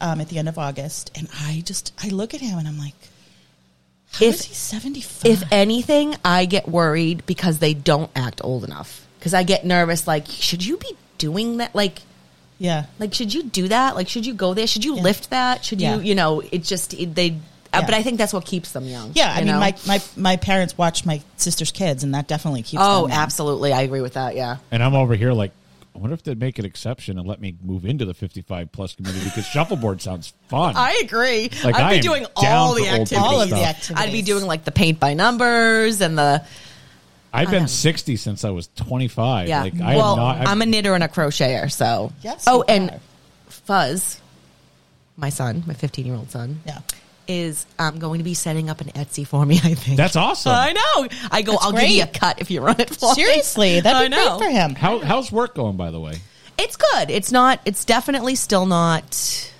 um, at the end of August, and I just I look at him and I'm like, how If- is he seventy five? If anything, I get worried because they don't act old enough. Because I get nervous. Like, should you be doing that? Like, yeah, like should you do that? Like, should you go there? Should you Yeah. lift that? Should Yeah. you? You know, it just it, they. uh, Yeah. But I think that's what keeps them young. yeah. I you mean, know? my, my my parents watch my sister's kids, and that definitely keeps. oh, them young. absolutely, I agree with that. Yeah. And I'm over here like, I wonder if they'd make an exception and let me move into the 55 plus community because shuffleboard sounds fun. I agree. Like, I'd I be am doing down all the for old activities. people All of the stuff. activities. I'd be doing like the paint by numbers and the I've been am. 60 since I was 25. yeah. Like, I well, am not. I'm, a knitter and a crocheter, so Yes, Oh, you and are. Fuzz, my son, my 15 year old son, Yeah. is um, going to be setting up an Etsy for me. I think That's awesome. I know. I go. I'll give you a great. cut if you run it for me. Seriously, I that'd be know. great for him. How, how's work going, by the way? It's good. It's not. It's definitely still not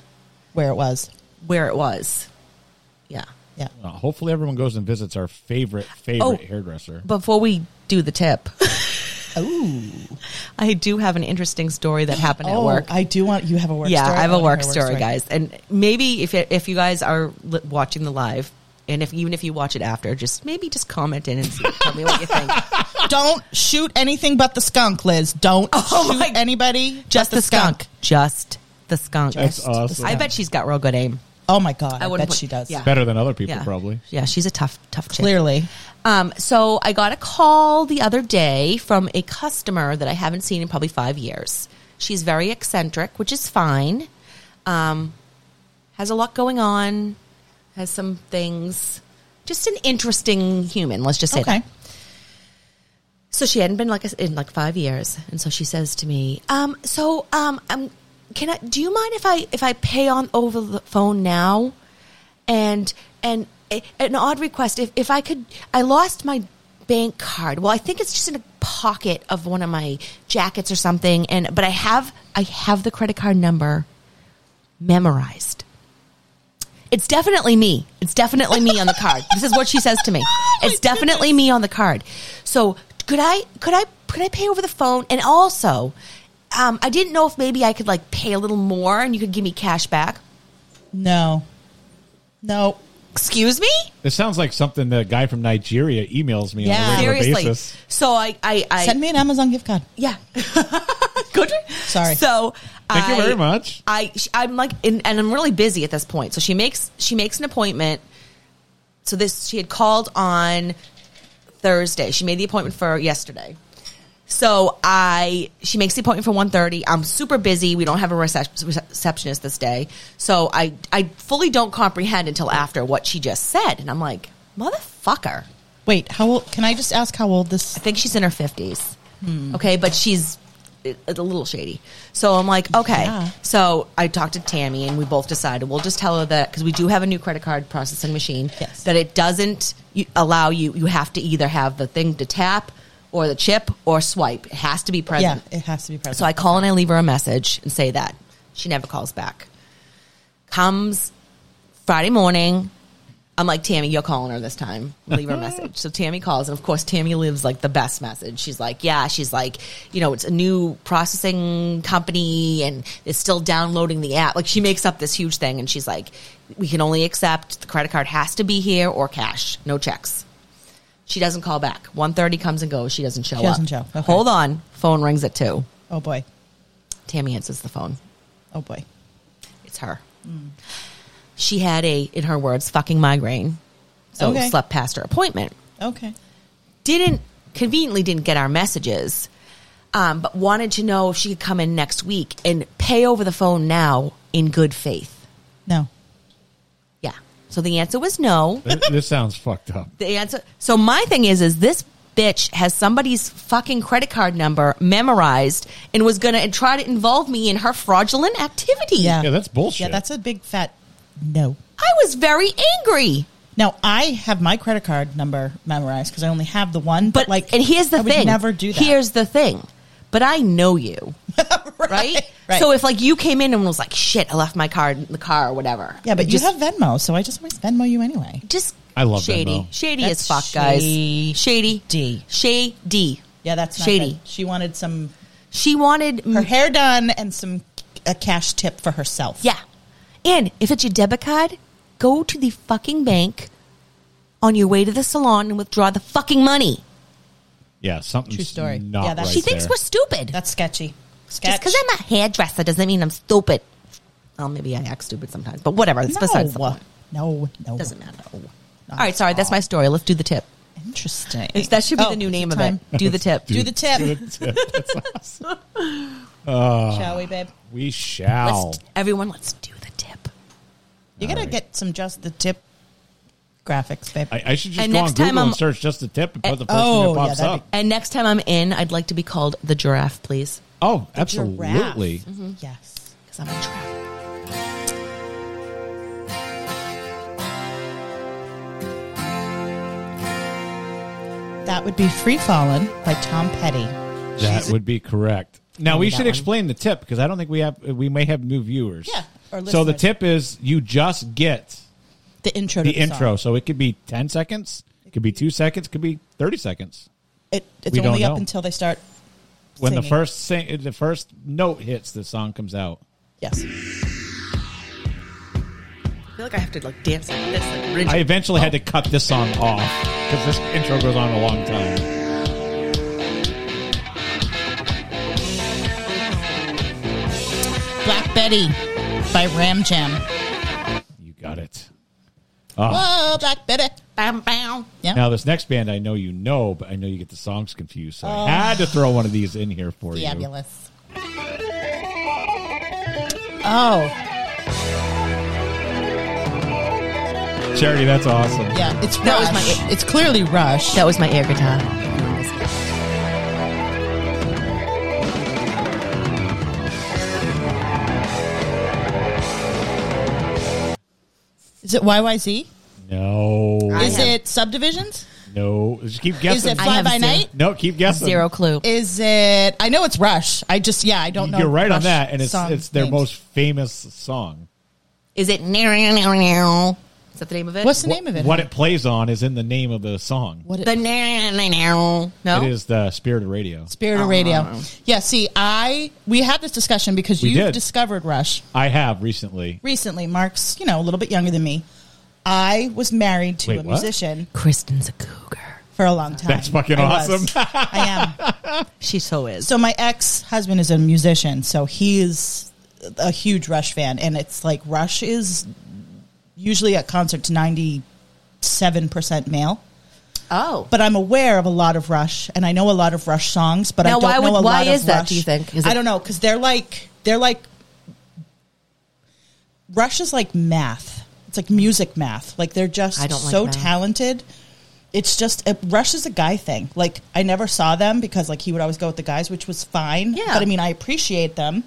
Where it was, where it was. Yeah. yeah. Uh, hopefully, everyone goes and visits our favorite, favorite Oh. hairdresser. Before we do the tip, Ooh. I do have an interesting story that happened at Oh, work. I do want you have a work. yeah, story? I have wanna a hear work story, guys, and maybe if if you guys are li- watching the live, and if even if you watch it after, just maybe just comment in and see, tell me what you think. Don't shoot anything but the skunk, Liz. Don't Oh shoot my- anybody. Just the skunk. Just the skunk. That's awesome. I bet she's got real good aim. Oh my god! I, I wouldn't bet put- she does. yeah. Better than other people, Yeah, probably. Yeah, she's a tough, tough chick. Clearly, Um, so I got a call the other day from a customer that I haven't seen in probably five years. She's very eccentric, which is fine. Um, has a lot going on, has some things. Just an interesting human. Let's just say okay. that. So she hadn't been like us in like five years, and so she says to me, um, "So, um, um, can I? Do you mind if I if I pay on over the phone now?" And and a- an odd request: if if I could, I lost my bank card. Well, I think it's just in a pocket of one of my jackets or something. And but I have I have the credit card number memorized. It's definitely me. It's definitely me on the card. This is what she says to me. Oh It's definitely me on the card. So could I could I could I pay over the phone? And also, um, I didn't know if maybe I could like pay a little more and you could give me cash back. No, no. Excuse me? This sounds like something the guy from Nigeria emails me on Yeah. a regular Seriously. basis. So I I, I Send me an Amazon gift card. yeah. Good. Sorry. So Thank I, you very much. I sh- I'm like and, and I'm really busy at this point. So she makes she makes an appointment. So this she had called on Thursday. She made the appointment for yesterday. So I she makes the appointment for 1:30. I'm super busy. We don't have a recep- receptionist this day. So I I fully don't comprehend until after what she just said and I'm like, "Motherfucker." Wait, how old? Can I just ask how old this? I think she's in her 50s. Okay, but she's uh, a a little shady. So I'm like, okay. Yeah. So I talked to Tammy and we both decided we'll just tell her that because we do have a new credit card processing machine Yes. that it doesn't you, allow you, you have to either have the thing to tap or the chip or swipe. It has to be Yeah, present. it has to be present. So I call and I leave her a message and say that. She never calls back. Comes Friday morning. I'm like, Tammy, you're calling her this time. Leave her a message. So Tammy calls. And of course, Tammy lives like the best message. She's like, yeah, she's like, you know, it's a new processing company and it's still downloading the app. Like she makes up this huge thing and she's like, we can only accept the credit card has to be here or cash, no checks. She doesn't call back. 1.30 comes and goes. She doesn't show She doesn't up. show. Okay. Hold on. Phone rings at 2. oh boy, Tammy answers the phone. oh boy. It's her. She had a, in her words, fucking migraine. So Okay. slept past her appointment. Okay. Didn't, conveniently didn't get our messages, um, but wanted to know if she could come in next week and pay over the phone now in good faith. No. Yeah. So the answer was no. This, this sounds fucked up. The answer. So my thing is, is this bitch has somebody's fucking credit card number memorized and was going to try to involve me in her fraudulent activity. Yeah. Yeah, that's bullshit. Yeah, that's a big fat no. I was very angry. Now I have my credit card number memorized because I only have the one. But, like, and here's the I thing would never do that. here's the thing but i know you right? Right. so if like you came in and was like shit i left my card in the car or whatever yeah, but just, you have Venmo, so I just always Venmo you anyway. just I love shady Venmo. shady That's as fuck guys shady. shady shady Yeah, that's not Shady. good. She wanted some She wanted her hair done and some a cash tip for herself. Yeah. And if it's your debit card, go to the fucking bank on your way to the salon and withdraw the fucking money. Yeah, something. True story. Not Yeah, that's- right she thinks there. we're stupid. that's sketchy. Sketch. Just because I'm a hairdresser doesn't mean I'm stupid. Well, maybe I act stupid sometimes, but whatever. That's besides the no, point. no, no, Doesn't matter. All Not right, sorry. That's my story. Let's do the tip. Interesting. That should be Oh, the new is name it of time? it. Do the tip. Do the tip, Oh. shall we, babe? We shall. Let's- everyone, let's do the tip. You gotta right. get some just the tip graphics, babe. I, I should just And go on next time Google I'm- and search just the tip and put the first Oh, thing that yeah, pops that'd up. And next time I'm in, I'd like to be called the giraffe, please. Oh, Giraffe. absolutely. Mm-hmm. Yes. Because I'm a giraffe. That would be Free Fallen by Tom Petty. That would be correct. Now we that should one. explain the tip because I don't think we have. We may have new viewers. Yeah, or so the listeners. tip is you just get The intro to the the, intro. song. So it could be ten seconds, it could be two seconds, it could be thirty seconds. It, it's We don't only up know. until they start When the singing. first sing, the first note hits, the song comes out. Yes. I feel like I have to like dance like this. Like, rigid. I eventually had to cut this song off because this intro goes on a long time. Black Betty by Ram Jam. You got it. Whoa, Oh, Black Betty. Bam, bam. Yeah. Now this next band I know you know, but I know you get the songs confused, so I had to throw one of these in here for you. Oh. Fabulous. Oh, Charity, that's awesome. yeah. It's That was Rush. my- It's clearly Rush. That was my air guitar. Is it YYZ? No, I Is have- it Subdivisions? no. Just keep guessing. Is it I Fly have By zero. Night? no, keep guessing. Zero clue. Is it? I know it's Rush. I just yeah, I don't know. You're right Rush on that, and it's song it's their names. most famous song. Is it now? Is that the name of it? What's the Wha- name of it? What it plays on is in the name of the song. What the it, na- na- na- No, It is the Spirit of Radio. Spirit of Radio? Yeah. See, I we had this discussion because We you did. discovered Rush I have recently. recently. Mark's you know a little bit younger than me. I was married to Wait, a what? musician Kristen's a cougar. for a long time. That's fucking I was. awesome. I am. She so is. So my ex husband is a musician, so he is a huge Rush fan, and it's like Rush is usually at concerts ninety seven percent male. oh, but I'm aware of a lot of Rush, and I know a lot of Rush songs. But I Now, don't why know would- a why lot of is that, Rush. do you think? Is I it- don't know because they're like they're like Rush is like math. It's like music math. Like they're just I don't like so math. talented. It's just it, Rush is a guy thing. Like I never saw them because like he would always go with the guys, which was fine. Yeah. But I mean, I appreciate them,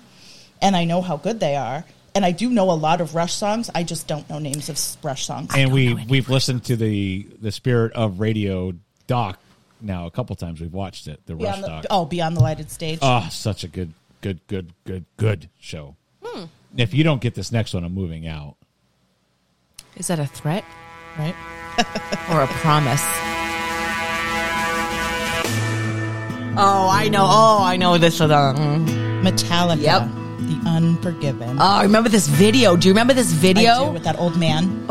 and I know how good they are. And I do know a lot of Rush songs. I just don't know names of s- Rush songs. and we know any we've listened to the the Spirit of Radio doc now a couple times. We've watched it. The Rush Beyond the, doc. oh, Beyond the Lighted Stage. Ah, such a good, good, good, good, good show. Hmm. If you don't get this next one, I'm moving out. is that a threat right. or a promise? Oh, I know. Oh, I know this one. Mm. Metallica. Yep. The Unforgiven. Oh, I remember this video. Do you remember this video? I do with that old man.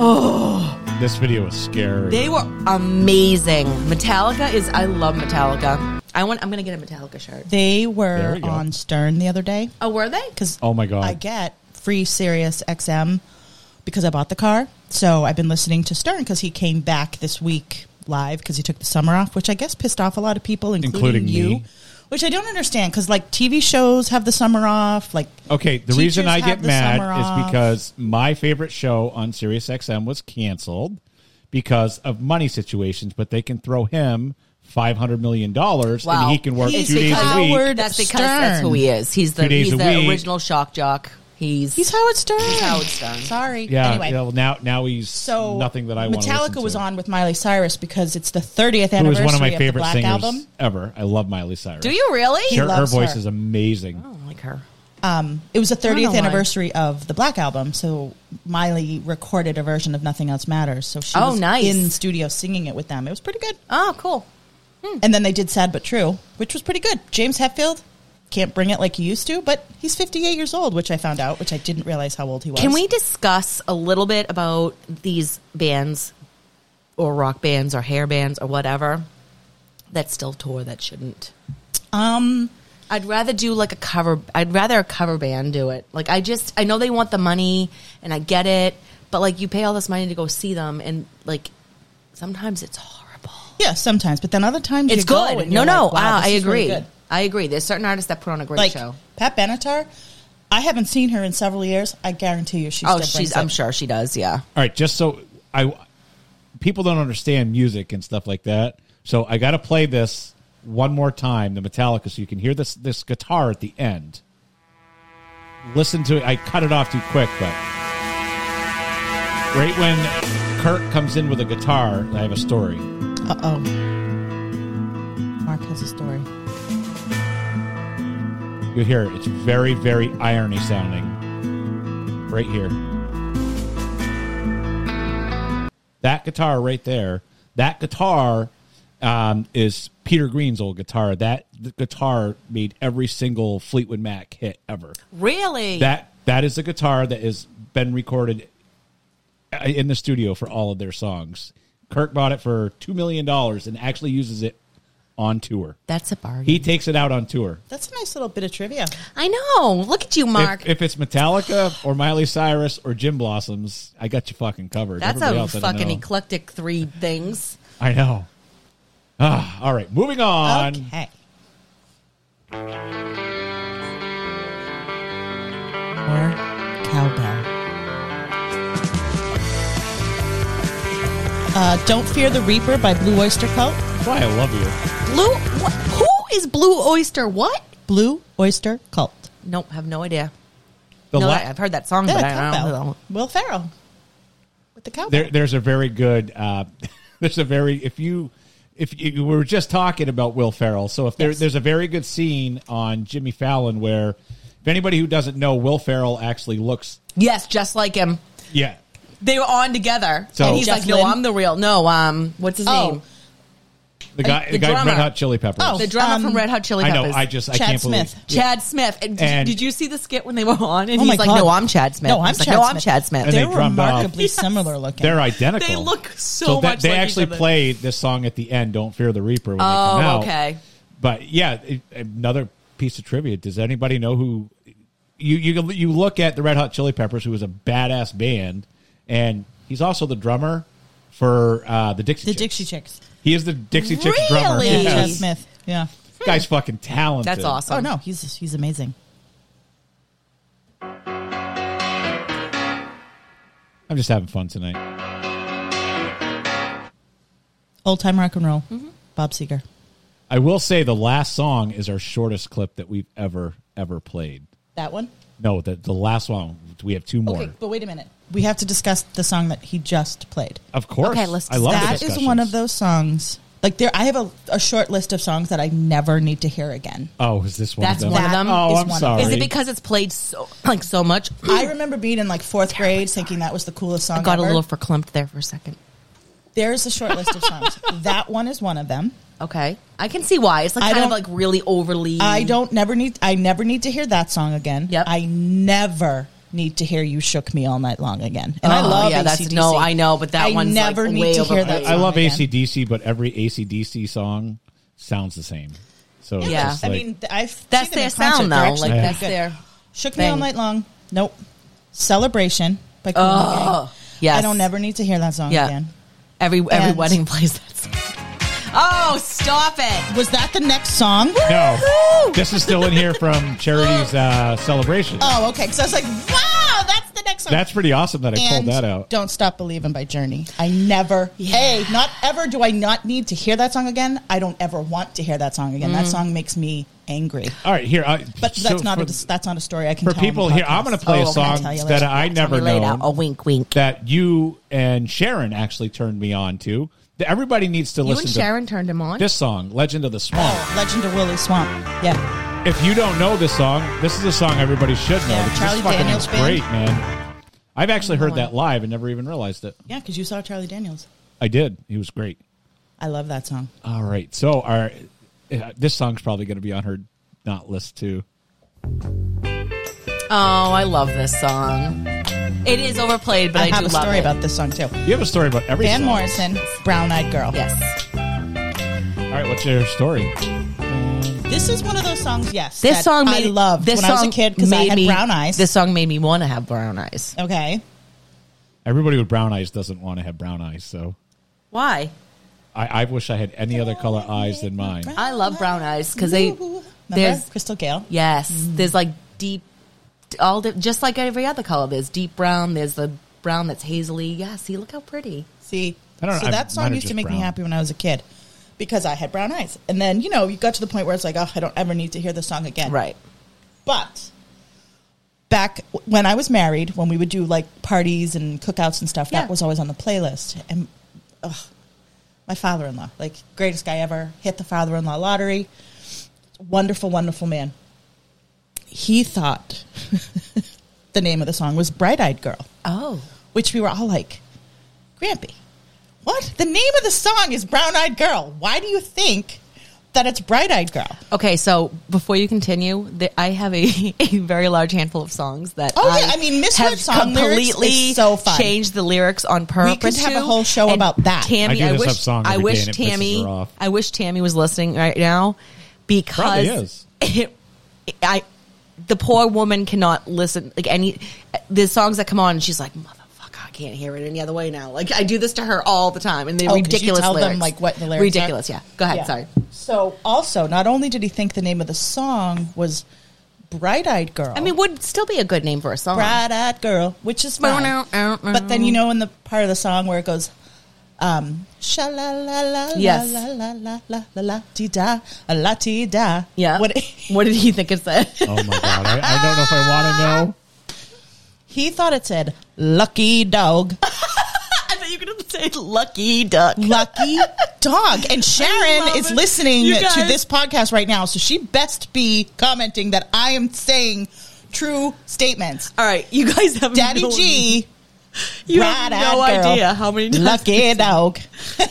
This video is scary. They were amazing. Metallica is. I love Metallica. I want. I'm gonna get a Metallica shirt. They There were we go. on Stern the other day Oh, were they? because oh my god! I get free Sirius XM because I bought the car. So I've been listening to Stern because he came back this week live because he took the summer off, which I guess pissed off a lot of people, including, Including you. me. Which I don't understand because like TV shows have the summer off. Like Okay, the reason teachers I have get the summer mad is off. because my favorite show on SiriusXM was canceled because of money situations, but they can throw him five hundred million dollars Wow. and he can work He's two days because- a week. Howard That's because Stern. that's who he is. He's the Two days he's a the week. original shock jock. He's, he's Howard Stern. He's Howard Stern. Sorry. Yeah, Anyway. yeah, well, now now he's So nothing that I want. to listen Metallica to. was on with Miley Cyrus because it's the 30th Who anniversary is one of my the favorite Black singers Album. ever? I love Miley Cyrus. Do you really? He Her, her loves voice her. is amazing. I don't like her. It was the don't know 30th why. anniversary of the Black Album, so Miley recorded a version of Nothing Else Matters. So she Oh, was nice. in studio singing it with them. It was pretty good. Oh, cool. And then they did Sad But True, which was pretty good. James Hetfield can't bring it like he used to, but he's 58 years old, which I found out, which I didn't realize how old he was. Can we discuss a little bit about these bands or rock bands or hair bands or whatever that still tour that shouldn't? Um, I'd rather do like a cover. I'd rather a cover band do it. Like I just, I know they want the money, and I get it. But like, you pay all this money to go see them, and like, sometimes it's horrible. yeah, sometimes, but then other times It's you go good. and No, you're no, like, Ah, wow, I, I this is really agree. good. I agree. There's certain artists that put on a great Like show. Pat Benatar, I haven't seen her in several years. I guarantee you, she Oh, still brings she's. I'm it. sure she does. Yeah. All right, just so I people don't understand music and stuff like that. So I got to play this one more time, the Metallica, so you can hear this this guitar at the end. Listen to it. I cut it off too quick, but right when Kurt comes in with a guitar, I have a story. Uh oh. Mark has a story. You hear it. It's very, very irony sounding. Right here. That guitar right there. That guitar um, is Peter Green's old guitar. That guitar made every single Fleetwood Mac hit ever. Really. That that is a guitar that has been recorded in the studio for all of their songs. Kirk bought it for two million dollars and actually uses it on tour. That's a bargain. He takes it out on tour. That's a nice little bit of trivia. I know. Look at you, Mark. If, if it's Metallica or Miley Cyrus or Jim Blossoms, I got you fucking covered. That's Everybody a else, I don't fucking know. eclectic three things. I know. Ah, all right, moving on. Okay. Or cowbell. Uh, Don't Fear the Reaper by Blue Oyster Cult. That's why I love you. Blue. What, who is Blue Oyster? What? Blue Oyster Cult. Nope. Have no idea. The no, la- I- I've heard that song, Yeah, but I don't cowbell. know. Will Ferrell with the cowbell. there, there's a very good. Uh, there's a very if you if you, we were just talking about Will Ferrell, so if there, there's a very good scene on Jimmy Fallon where if anybody who doesn't know Will Ferrell actually looks Yes, just like him. yeah They were on together, So- and he's Jeff like, "No, Lynn? I'm the real." No, um, what's his Oh. name? the guy the, Uh, the guy from drummer. Red Hot Chili Peppers. Oh, The drummer Um, from Red Hot Chili I know. Peppers. I just I Chad can't believe Smith. Chad Smith. And, And- did, did you see the skit when they were on? And Oh my he's like, God. "No, I'm Chad Smith." No, I I'm was like, Chad "No, Smith." I'm Chad Smith." And They're they drummed off. remarkably similar looking. They're identical. They look so that- much They like each actually other. played this song at the end, "Don't Fear the Reaper." When Oh, they come out. okay. But yeah, it- another piece of trivia. Does anybody know who you you you look at the Red Hot Chili Peppers, who was a badass band, and he's also the drummer for uh, the Dixie. the Chicks. Dixie Chicks. He is the Dixie Chicks drummer. Yeah, Really? Chad Yes. Smith. Yeah. This guy's fucking talented. That's awesome. Oh no, he's he's amazing. I'm just having fun tonight. Old time rock and roll. Mm-hmm. Bob Seger. I will say the last song is our shortest clip that we've ever ever played. That one. No, the the last one. We have two more. Okay, but wait a minute. We have to discuss the song that he just played. Of course. Okay, let's- I love the that is discussions. one of those songs. Like there, I have a, a short list of songs that I never need to hear again. Oh, is this one? That's of them? one of them. Oh, is I'm one of sorry. them. Is it because it's played so like so much? I remember being in like fourth grade, thinking that was the coolest song. Mm. I got a ever. little verklempt there for a second. There's a short list of songs. that one is one of them. Okay, I can see why. It's like I kind of don't- like really overly. I don't never need. I never need to hear that song again. Yep. I never need to hear "You Shook Me All Night Long" again. And I Oh, love yeah, that's- AC/DC. no, I know, but that I one's, like, never need way to hear that. overplayed. Song I love again. ACDC, but every ACDC song sounds the same. So it's Yeah. just I like- mean, th- I've That's seen them in their concert. sound, They're though. actually Like pretty that's good. their. Shook me thing. all night long. Nope. Celebration by Cool and the Gang. Oh, yes. I don't ever need to hear that song Yeah. again. Every every And- wedding plays that. Song. Oh, stop it! Was that the next song? no, this is still in here from Charity's uh, celebration. Oh, okay. Because I was like, wow, that's the next song. That's pretty awesome that I and pulled that out. Don't Stop Believing by Journey. I never, A, not ever do I not need to hear that song again. I don't ever want to hear that song again. Mm. That song makes me angry. All right, here. I, But so that's not for, a, dis- that's not a story I can for tell on the people here. I'm podcast. going to play Oh, a okay. song Tell you that later. I never Tell me later. A know Oh, wink, wink. that you and Sharon actually turned me on to. That Everybody needs to You listen and to Sharon turned him on. this song, "Legend of the Swamp." Oh, Legend of Willie Swamp. Yeah. if you don't know this song, this is a song everybody should know. Yeah, because Charlie this fucking Daniels is Band. great, man. I've actually heard Come on. that live and never even realized it. Yeah, because you saw Charlie Daniels. I did. He was great. I love that song. All right. So our uh, this song's probably going to be on her not list too. Oh, I love this song. It is overplayed, but I, I, have do a love story it. about this song too. You have a story about every Van song. Morrison, Brown Eyed Girl. Yes. All right. What's your story? This is one of those songs. Yes, This that song I made loved this when I was a song kid because I made had me- brown eyes. This song made me want to have brown eyes. okay, Everybody with brown eyes doesn't want to have brown eyes. So Why? I, I wish I had any other color eyes than mine. I love brown eyes because they, Remember there's Crystal Gale. yes, there's like deep, all the, just like every other color. There's deep brown. There's the brown that's hazily. Yeah, see, look how pretty. See, I don't know, so I- that mine song are used just to make brown. me happy when I was a kid because I had brown eyes. And then you know, you got to the point where it's like, oh, I don't ever need to hear this song again. Right. But back w- when I was married, when we would do like parties and cookouts and stuff, Yeah. that was always on the playlist. And ugh, my father-in-law, like greatest guy ever, hit the father-in-law lottery. Wonderful, wonderful man. He thought the name of the song was "Bright Eyed Girl," Oh, which we were all like, "Grampy, what? The name of the song is Brown Eyed Girl. Why do you think that it's Bright Eyed Girl?" okay. So before you continue, the, I have a, a very large handful of songs that Oh, I, yeah, I mean, Miss have Hood song lyrics is completely so fun. changed the lyrics on purpose. have a to, whole show and about that. I Tammy, do I, this up wish, song I every wish day and it pisses Tammy, her off. I wish Tammy was listening right now because Probably is. It, I, the poor woman cannot listen. Like any, the songs that come on, and she's like, "Motherfucker, I can't hear it any other way now." Like I do this to her all the time, and they're Oh, 'cause you ridiculous. tell them, lyrics. like, what the lyrics are? Ridiculous. Yeah. Go ahead. Yeah. Sorry. So, also, not only did he think the name of the song was Bright Eyed Girl, I mean, would still be a good name for a song. Bright Eyed Girl, which is fine. But then you know in the part of the song where it goes, um, sha la la la la Yes. la la la la la la ti da a la ti da. Yeah. What What, what did he think it said? Oh my god! I, I don't know if I want to know. he thought it said, lucky dog, I thought you were going to say lucky duck. lucky dog. And Sharon love is it. listening You to guys- this podcast right now, so she best be commenting that I am saying true statements. All right, you guys have Daddy no, G. You have bright-eyed no girl. idea how many times Lucky dog. Sorry.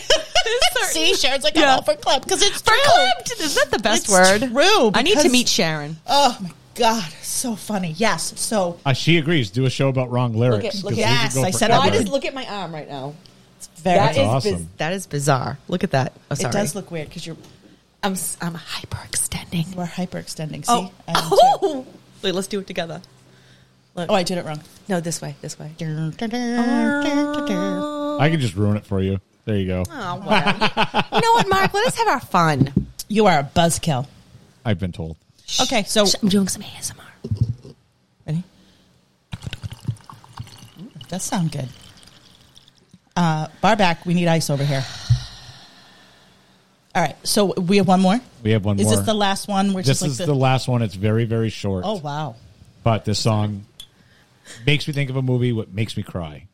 See, Sharon's like, Yeah. I'm all for club because it's For true. clapped. Is that the best It's word? true, I need to because- meet Sharon. Oh my god, so funny. Yes, so Uh, she agrees. Do a show about wrong lyrics. at- look 'cause at- we could Yes, go I said "Oh, I forever. Why does- look at my arm right now. very. That's awesome. that is bizarre. Look at that. Oh, sorry. it does look weird because you're I'm s- I'm hyperextending. we're hyperextending. See, Oh. I am too. oh. oh. Wait, let's do it together. I did it wrong. No, this way. This way. I can just ruin it for you. There you go. Oh, whatever. you know what, Mark? Let us have our fun. You are a buzzkill. I've been told. Okay, so Shh, I'm doing some ASMR. ready? That sound good. Uh, bar back. We need ice over here. All right, so we have one more. We have one Is more. this the last one? We're This just like is the- the last one. It's very very short. Oh wow. But this song makes me think of a movie. What makes me cry?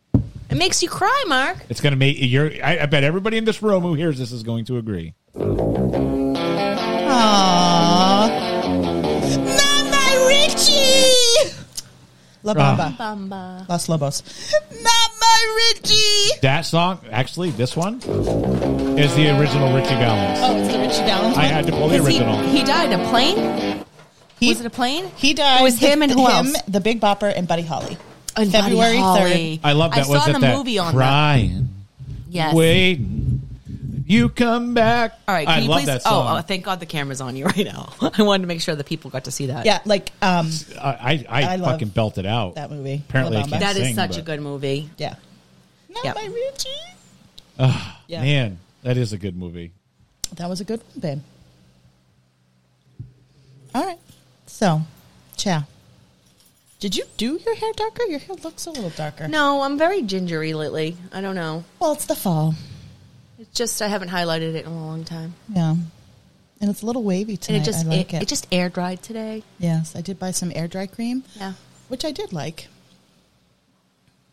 It makes you cry, Mark. It's gonna make you're. I, I bet everybody in this room who hears this is going to agree. Aww. Mama Richie! La Ah. Bamba. Bamba. Los Lobos. Mama Richie! That song, actually, this one is the original Richie Valens. Oh, it's the Richie Valens I one? had to pull the Because original. He, he died a plane. He, was it a plane? He died. It was him and who him, else? The Big Bopper and Buddy Holly. And Buddy February 3rd. Holly. I love that. I was saw that the that movie on crying, that. Yes. waiting. You come back. All right. I can you love please- that Oh, song. oh, thank God the camera's on you right now. I wanted to make sure that people got to see that. Yeah, like, um, I I, I I love fucking belted out that movie. Apparently, I La Bamba. can't That is sing, such but- a good movie. yeah. Yeah. Mama Richie! yeah. Man, that is a good movie. That was a good one, babe. All right. So, ciao. Did you do your hair darker? Your hair looks a little darker. No, I'm very gingery lately. I don't know. Well, it's the fall. It's just I haven't highlighted it in a long time, Yeah. And it's a little wavy and tonight. it just I like it, it. it just air dried today. yes, I did buy some air dry cream, Yeah. which I did like.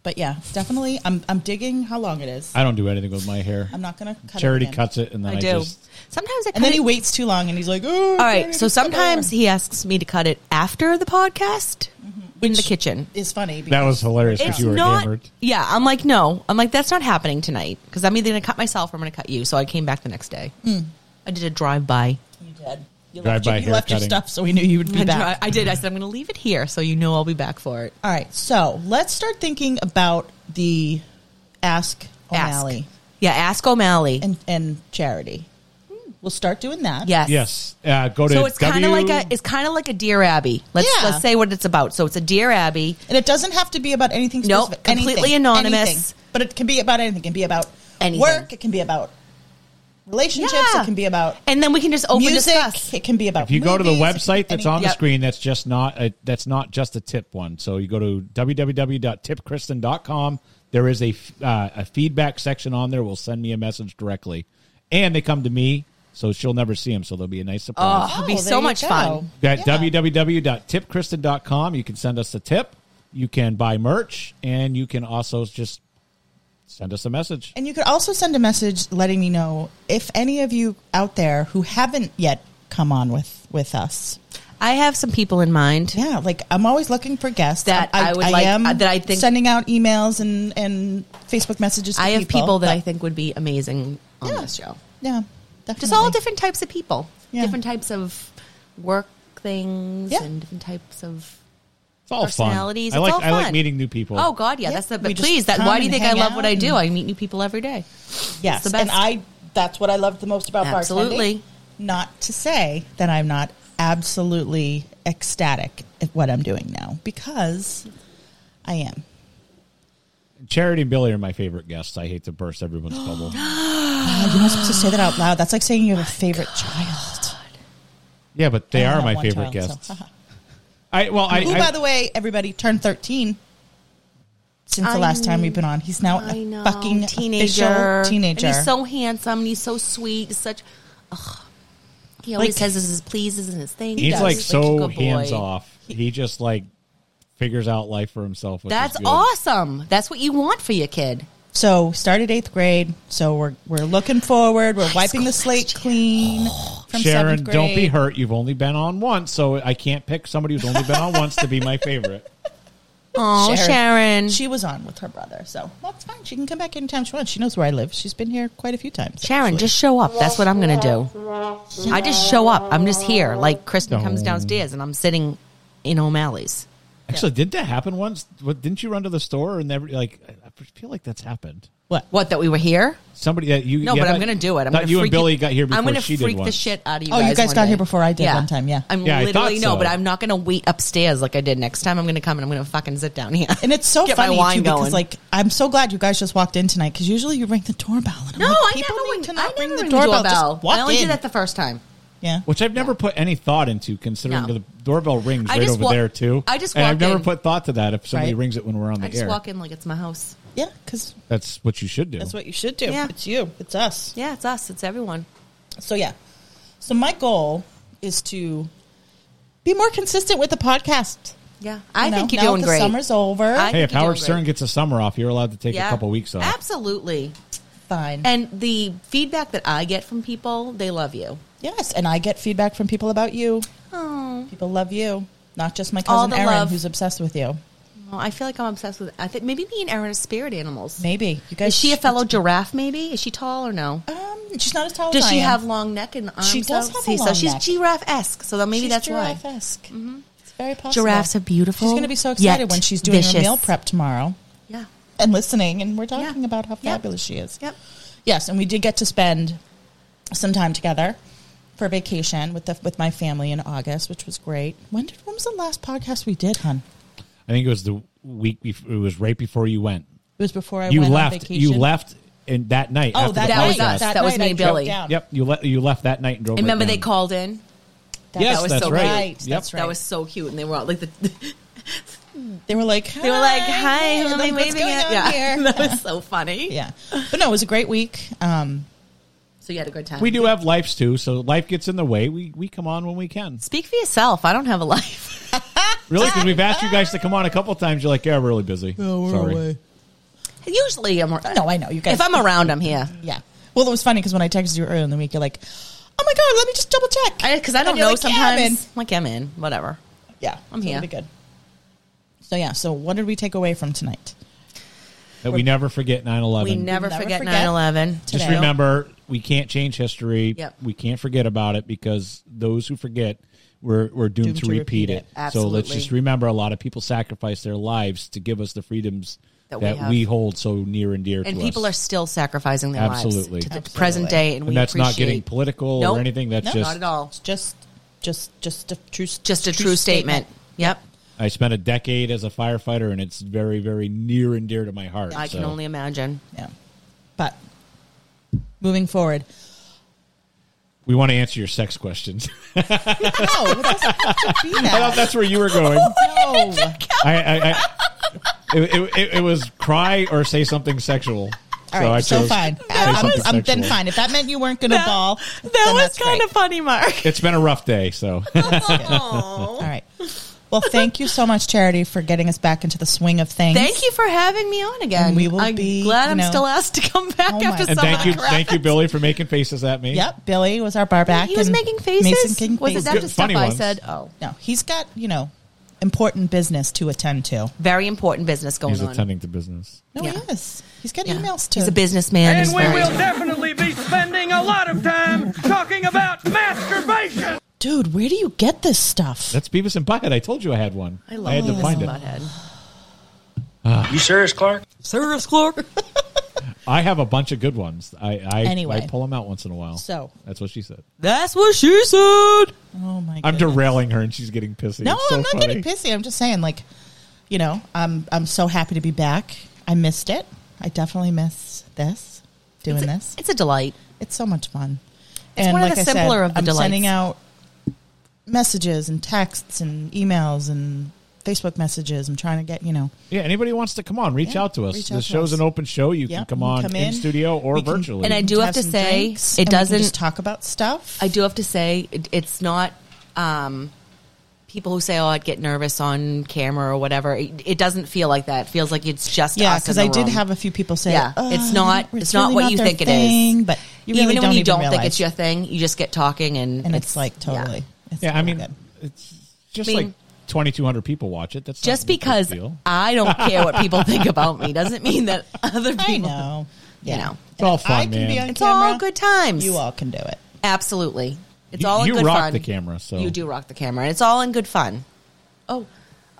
But yeah, definitely, I'm I'm digging how long it is. I don't do anything with my hair. I'm not gonna cut Charity it again. cuts it, and then I, I do. just sometimes I cut And then he it- waits too long, and he's like, "Oh." All right. So sometimes he asks me to cut it after the podcast, in the kitchen. It's funny. That was hilarious It's because you were not. hammered. Yeah, I'm like, no. I'm like, that's not happening tonight because I'm either going to cut myself or I'm going to cut you. So I came back the next day. I did a drive by. You did. You Drive left, your- by you left your haircutting. stuff, so we knew you would be I, back. dri- I did. I said, I'm going to leave it here so you know I'll be back for it. All right, so let's start thinking about the Ask Ask. O'Malley Yeah, ask O'Malley. and and charity. We'll start doing that. yes. Yes. Uh, go to So it's kind of W- like a it's kind of like a Dear Abby. Let's Yeah. let's say what it's about. So it's a Dear Abby. and it doesn't have to be about anything. Nope, Specific, completely anything, anonymous. anything. but it can be about anything. It can be about Anything. work. It can be about relationships. Yeah. It can be about And then we can just open music. discuss. It can be about. If you go to the movies, it can website be that's any- on the Yep. screen, that's just not a, that's not just a tip one. So you go to www.tipkristen.com. There is a f- uh, a feedback section on there. Will send me a message directly, and they come to me, so she'll never see them. So there'll be a nice surprise. Oh, It'd be there so you much go. fun. At Yeah. www.tipkristen.com, you can send us a tip. You can buy merch, and you can also just send us a message. And you could also send a message letting me know if any of you out there who haven't yet come on with with us. I have some people in mind. Yeah, like I'm always looking for guests That I would like- am that I think- sending out emails and and Facebook messages. To I have people, that but- I think would be amazing on Yeah. this show. yeah, definitely. Just all different types of people, Yeah. different types of work things, Yeah. and different types of It's all fun. I personalities. It's like all I like fun. meeting new people. Oh God, yeah, Yeah, that's the. we But just please, that. come Why do you and think I hang love what I out do? and- I meet new people every day. Yes, the best. and I that's what I love the most about bartending. Absolutely. Not to say that I'm not absolutely ecstatic at what I'm doing now because I am. Charity and Billy are my favorite guests. I hate to burst everyone's bubble. God, you're not supposed to say that out loud. That's like saying you have a favorite child. Yeah, but they I are only have my one favorite child, so, guests. haha. I well, I, Who, I- by the way, everybody turned 13 since the I last time kn- we've been on. He's now a I know. fucking teenager, official teenager. And he's so handsome. And he's so sweet. He's such. ugh. He always Like- says his his pleases and his things. he's He's like such a so good boy. hands off. He just like figures out life for himself. which is That's good. awesome. That's what you want for your kid. So started eighth grade. So we're we're looking forward. We're wiping the slate clean from Oh, Sharon, seventh grade. don't be hurt. You've only been on once, so I can't pick somebody who's only been on once to be my favorite. Oh, Sharon. She was on with her brother, so that's fine. She can come back anytime she wants. She knows where I live. She's been here quite a few times. Sharon, just show up. That's what I'm going to do. I just show up. I'm just here. Like Kristen comes Don't. downstairs and I'm sitting in O'Malley's. Actually, did that happen once? What, didn't you run to the store and never like? I I feel like that's happened. What? What, that we were here? Somebody that you No, yeah, but I'm that- going to do it. I'm that gonna you and freak Billy you- got here I'm before gonna she freak did the once. shit out of you Oh, you guys guys one got day. here before I did one time, yeah. I'm Yeah, I literally, thought no, so. but I'm not going to wait upstairs like I did next time. I'm going to come and I'm going to fucking sit down here. And it's so Get my funny wine too going. because like I'm so glad you guys just walked in tonight because usually you ring the doorbell and I'm no, like, I people never, need went, to I not never ring the doorbell. Just walk I only in. did that the first time. yeah. Which I've never put any thought into, considering No. the doorbell rings I right just over wa- there too. I just and I've walk never in. put thought to that if somebody Right. rings it when we're on the I just air. walk in like it's my house. Yeah, because That's what you should do. that's what you should do. Yeah. It's you. It's us. Yeah, it's us. It's everyone. So yeah. So my goal is to be more consistent with the podcast. Yeah, I You know, think you're now doing that great. The summer's over. I- hey, if think you're doing Howard great. Stern gets a summer off, you're allowed to take a couple weeks off. Absolutely. Fine. And the feedback that I get from people, they love you. yes, and I get feedback from people about you. Oh, People love you, not just my All cousin the Erin, love. who's obsessed with you. I feel like I'm obsessed with. I think maybe me and Erin are spirit animals. Maybe you guys. Is she a should- fellow giraffe? Maybe is she tall or no? Um, she's not as tall. Does as she I am. have long neck and arms? She does though? have a See, so long she's neck. giraffe esque. So then maybe she's that's why. Mm-hmm. giraffe-esque. It's very possible. Giraffes are beautiful, She's going to be so excited yet when she's doing her vicious. meal prep tomorrow Yeah. and listening, and we're Yeah. talking about how Yep. fabulous she is. Yep. Yes, and we did get to spend some time together for vacation with the, with my family in August, which was great. When did when was the last podcast we did, hun? I think it was the week before. It was right before you went. It was before I you went on left. vacation. You left in that night. Oh, after that, the night, podcast. us. That was night me I and drove Billy. down. Yep, you le- you left that night and drove. And right remember, they down. called in. That Yes, was that's so right. right. Yep. That's right. That was so cute, and they were all like the. they were like hi, They were like, "Hi, who am like, I what's waving going at?" on Yeah, here? that was so funny. yeah, but no, it was a great week. Um, So you had a good time. We do have lives too, so life gets in the way. We we come on when we can. Speak for yourself. I don't have a life. Really, because we've asked you guys to come on a couple times. You're like, yeah, we're really busy. Sorry. Usually, I'm. No, I know you guys. If I'm around, I'm here. Yeah. Well, it was funny because when I texted you earlier in the week, you're like, "Oh my god, let me just double check," Because I, And don't you're know like, "Yeah, I'm sometimes. in." I'm like, I'm in. Whatever. Yeah, I'm so it'll here. Be good. So yeah. So what did we take away from tonight? That we never forget 9 We 11. never, Never forget forget. 9 11. Just Just today. remember, we can't change history. Yep. We can't forget about it because those who forget, we're, we're doomed, to, repeat, it. So let's Absolutely. just remember a lot of people sacrificed their lives to give us the freedoms That that, we we, have. hold so near and dear And to people are us. still sacrificing their Absolutely. lives to the Absolutely. present day. And, And we that's not appreciate- getting political Nope. or anything. That's No, just Not at all. It's just, just, just a true, Just a true statement. Yep. I spent a decade as a firefighter, and it's very, very near and dear to my heart. I can So, only imagine. Yeah. But moving forward, We want to answer your sex questions. no, it doesn't have to be I thought that. that's where you were going. No, I, I, I it, it- it, it was cry or say something sexual. all right, so, chose fine. say I'm, something I'm- then sexual. fine. If that meant you weren't going to ball, that then was that's kind great. of funny, Mark. It's been a rough day, so All right. Well, thank you so much, Charity, for getting us back into the swing of things. Thank you for having me on again. And we will I'm be, glad you I'm know- still asked to come back Oh my- after And and some thank of the you, crap. thank you, Billy, for making faces at me. Yep, Billy was our bar back. He was and making faces. Mason King was it faces. that Good- the stuff funny I ones. said? Oh, No, he's got you know important business to attend to. very important business going He's on. attending to business. No, Yeah. he is. He's got Yeah. emails to. He's a businessman. And He's we very- will definitely be spending a lot of time talking about masturbation. Dude, where do you get this stuff? That's Beavis and Butthead. I told you I had one. I love had to Beavis find and it. Butthead. You serious, Clark? Serious, Clark? I have a bunch of good ones. I, I Anyway. I pull them out once in a while. So. that's what she said. That's what she said. oh my! I'm goodness. derailing her, and she's getting pissy. No, It's so I'm not funny. getting pissy. I'm just saying, like, you know, I'm I'm so happy to be back. I missed it. I definitely miss this doing this. It's a delight. It's so much fun. It's one of the simpler of the I'm delights. sending out messages and texts and emails and Facebook messages. I'm trying to get you know. Yeah, anybody wants to come on, reach Yeah, out to us. reach the out to show's us. an open show. You Yep, can come you on come in, in. studio or We can- virtually. And I do have to some say, drinks, it and we can doesn't- just talk about stuff. I do have to say, it, it's not um, people who say, "Oh, I'd get nervous on camera" or whatever. It, it doesn't feel like that. It feels like it's just yeah, us in because the I did room. have a few people say, yeah, "Oh, it's not. It's, not really what you their think it thing," is. But you really even don't when you even don't think realize. it's your thing, you just get talking, and and it's, like totally. yeah. it's yeah, I really mean, good. it's just I mean- like 2,200 people watch it. That's not a Just big because deal. I don't care what people think about me doesn't mean that other people. I know. Yeah. know. It's all And if I fun, can be man. on It's camera, all good times. You all can do it. Absolutely. It's You- all in you good rock fun. the camera, so- you do rock the camera. and It's all in good fun. Oh,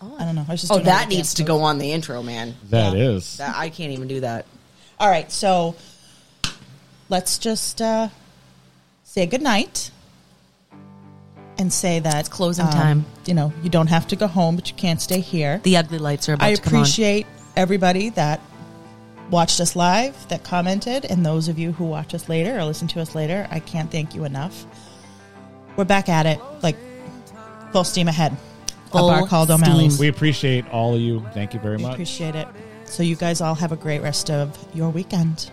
I don't know. I was just oh, doing all that the needs dance to moves. go on the intro, man. That Yeah. is. That, I can't even do that. All right, so let's just uh, say goodnight and say that it's closing time. You know, you don't have to go home, but you can't stay here. The ugly lights are about I to come on. appreciate everybody that watched us live, that commented, and those of you who watch us later or listen to us later. I can't thank you enough. We're back at it, like full steam ahead. Full a bar called steam. O'Malley's. We appreciate all of you. Thank you very We much. appreciate it. So you guys all have a great rest of your weekend.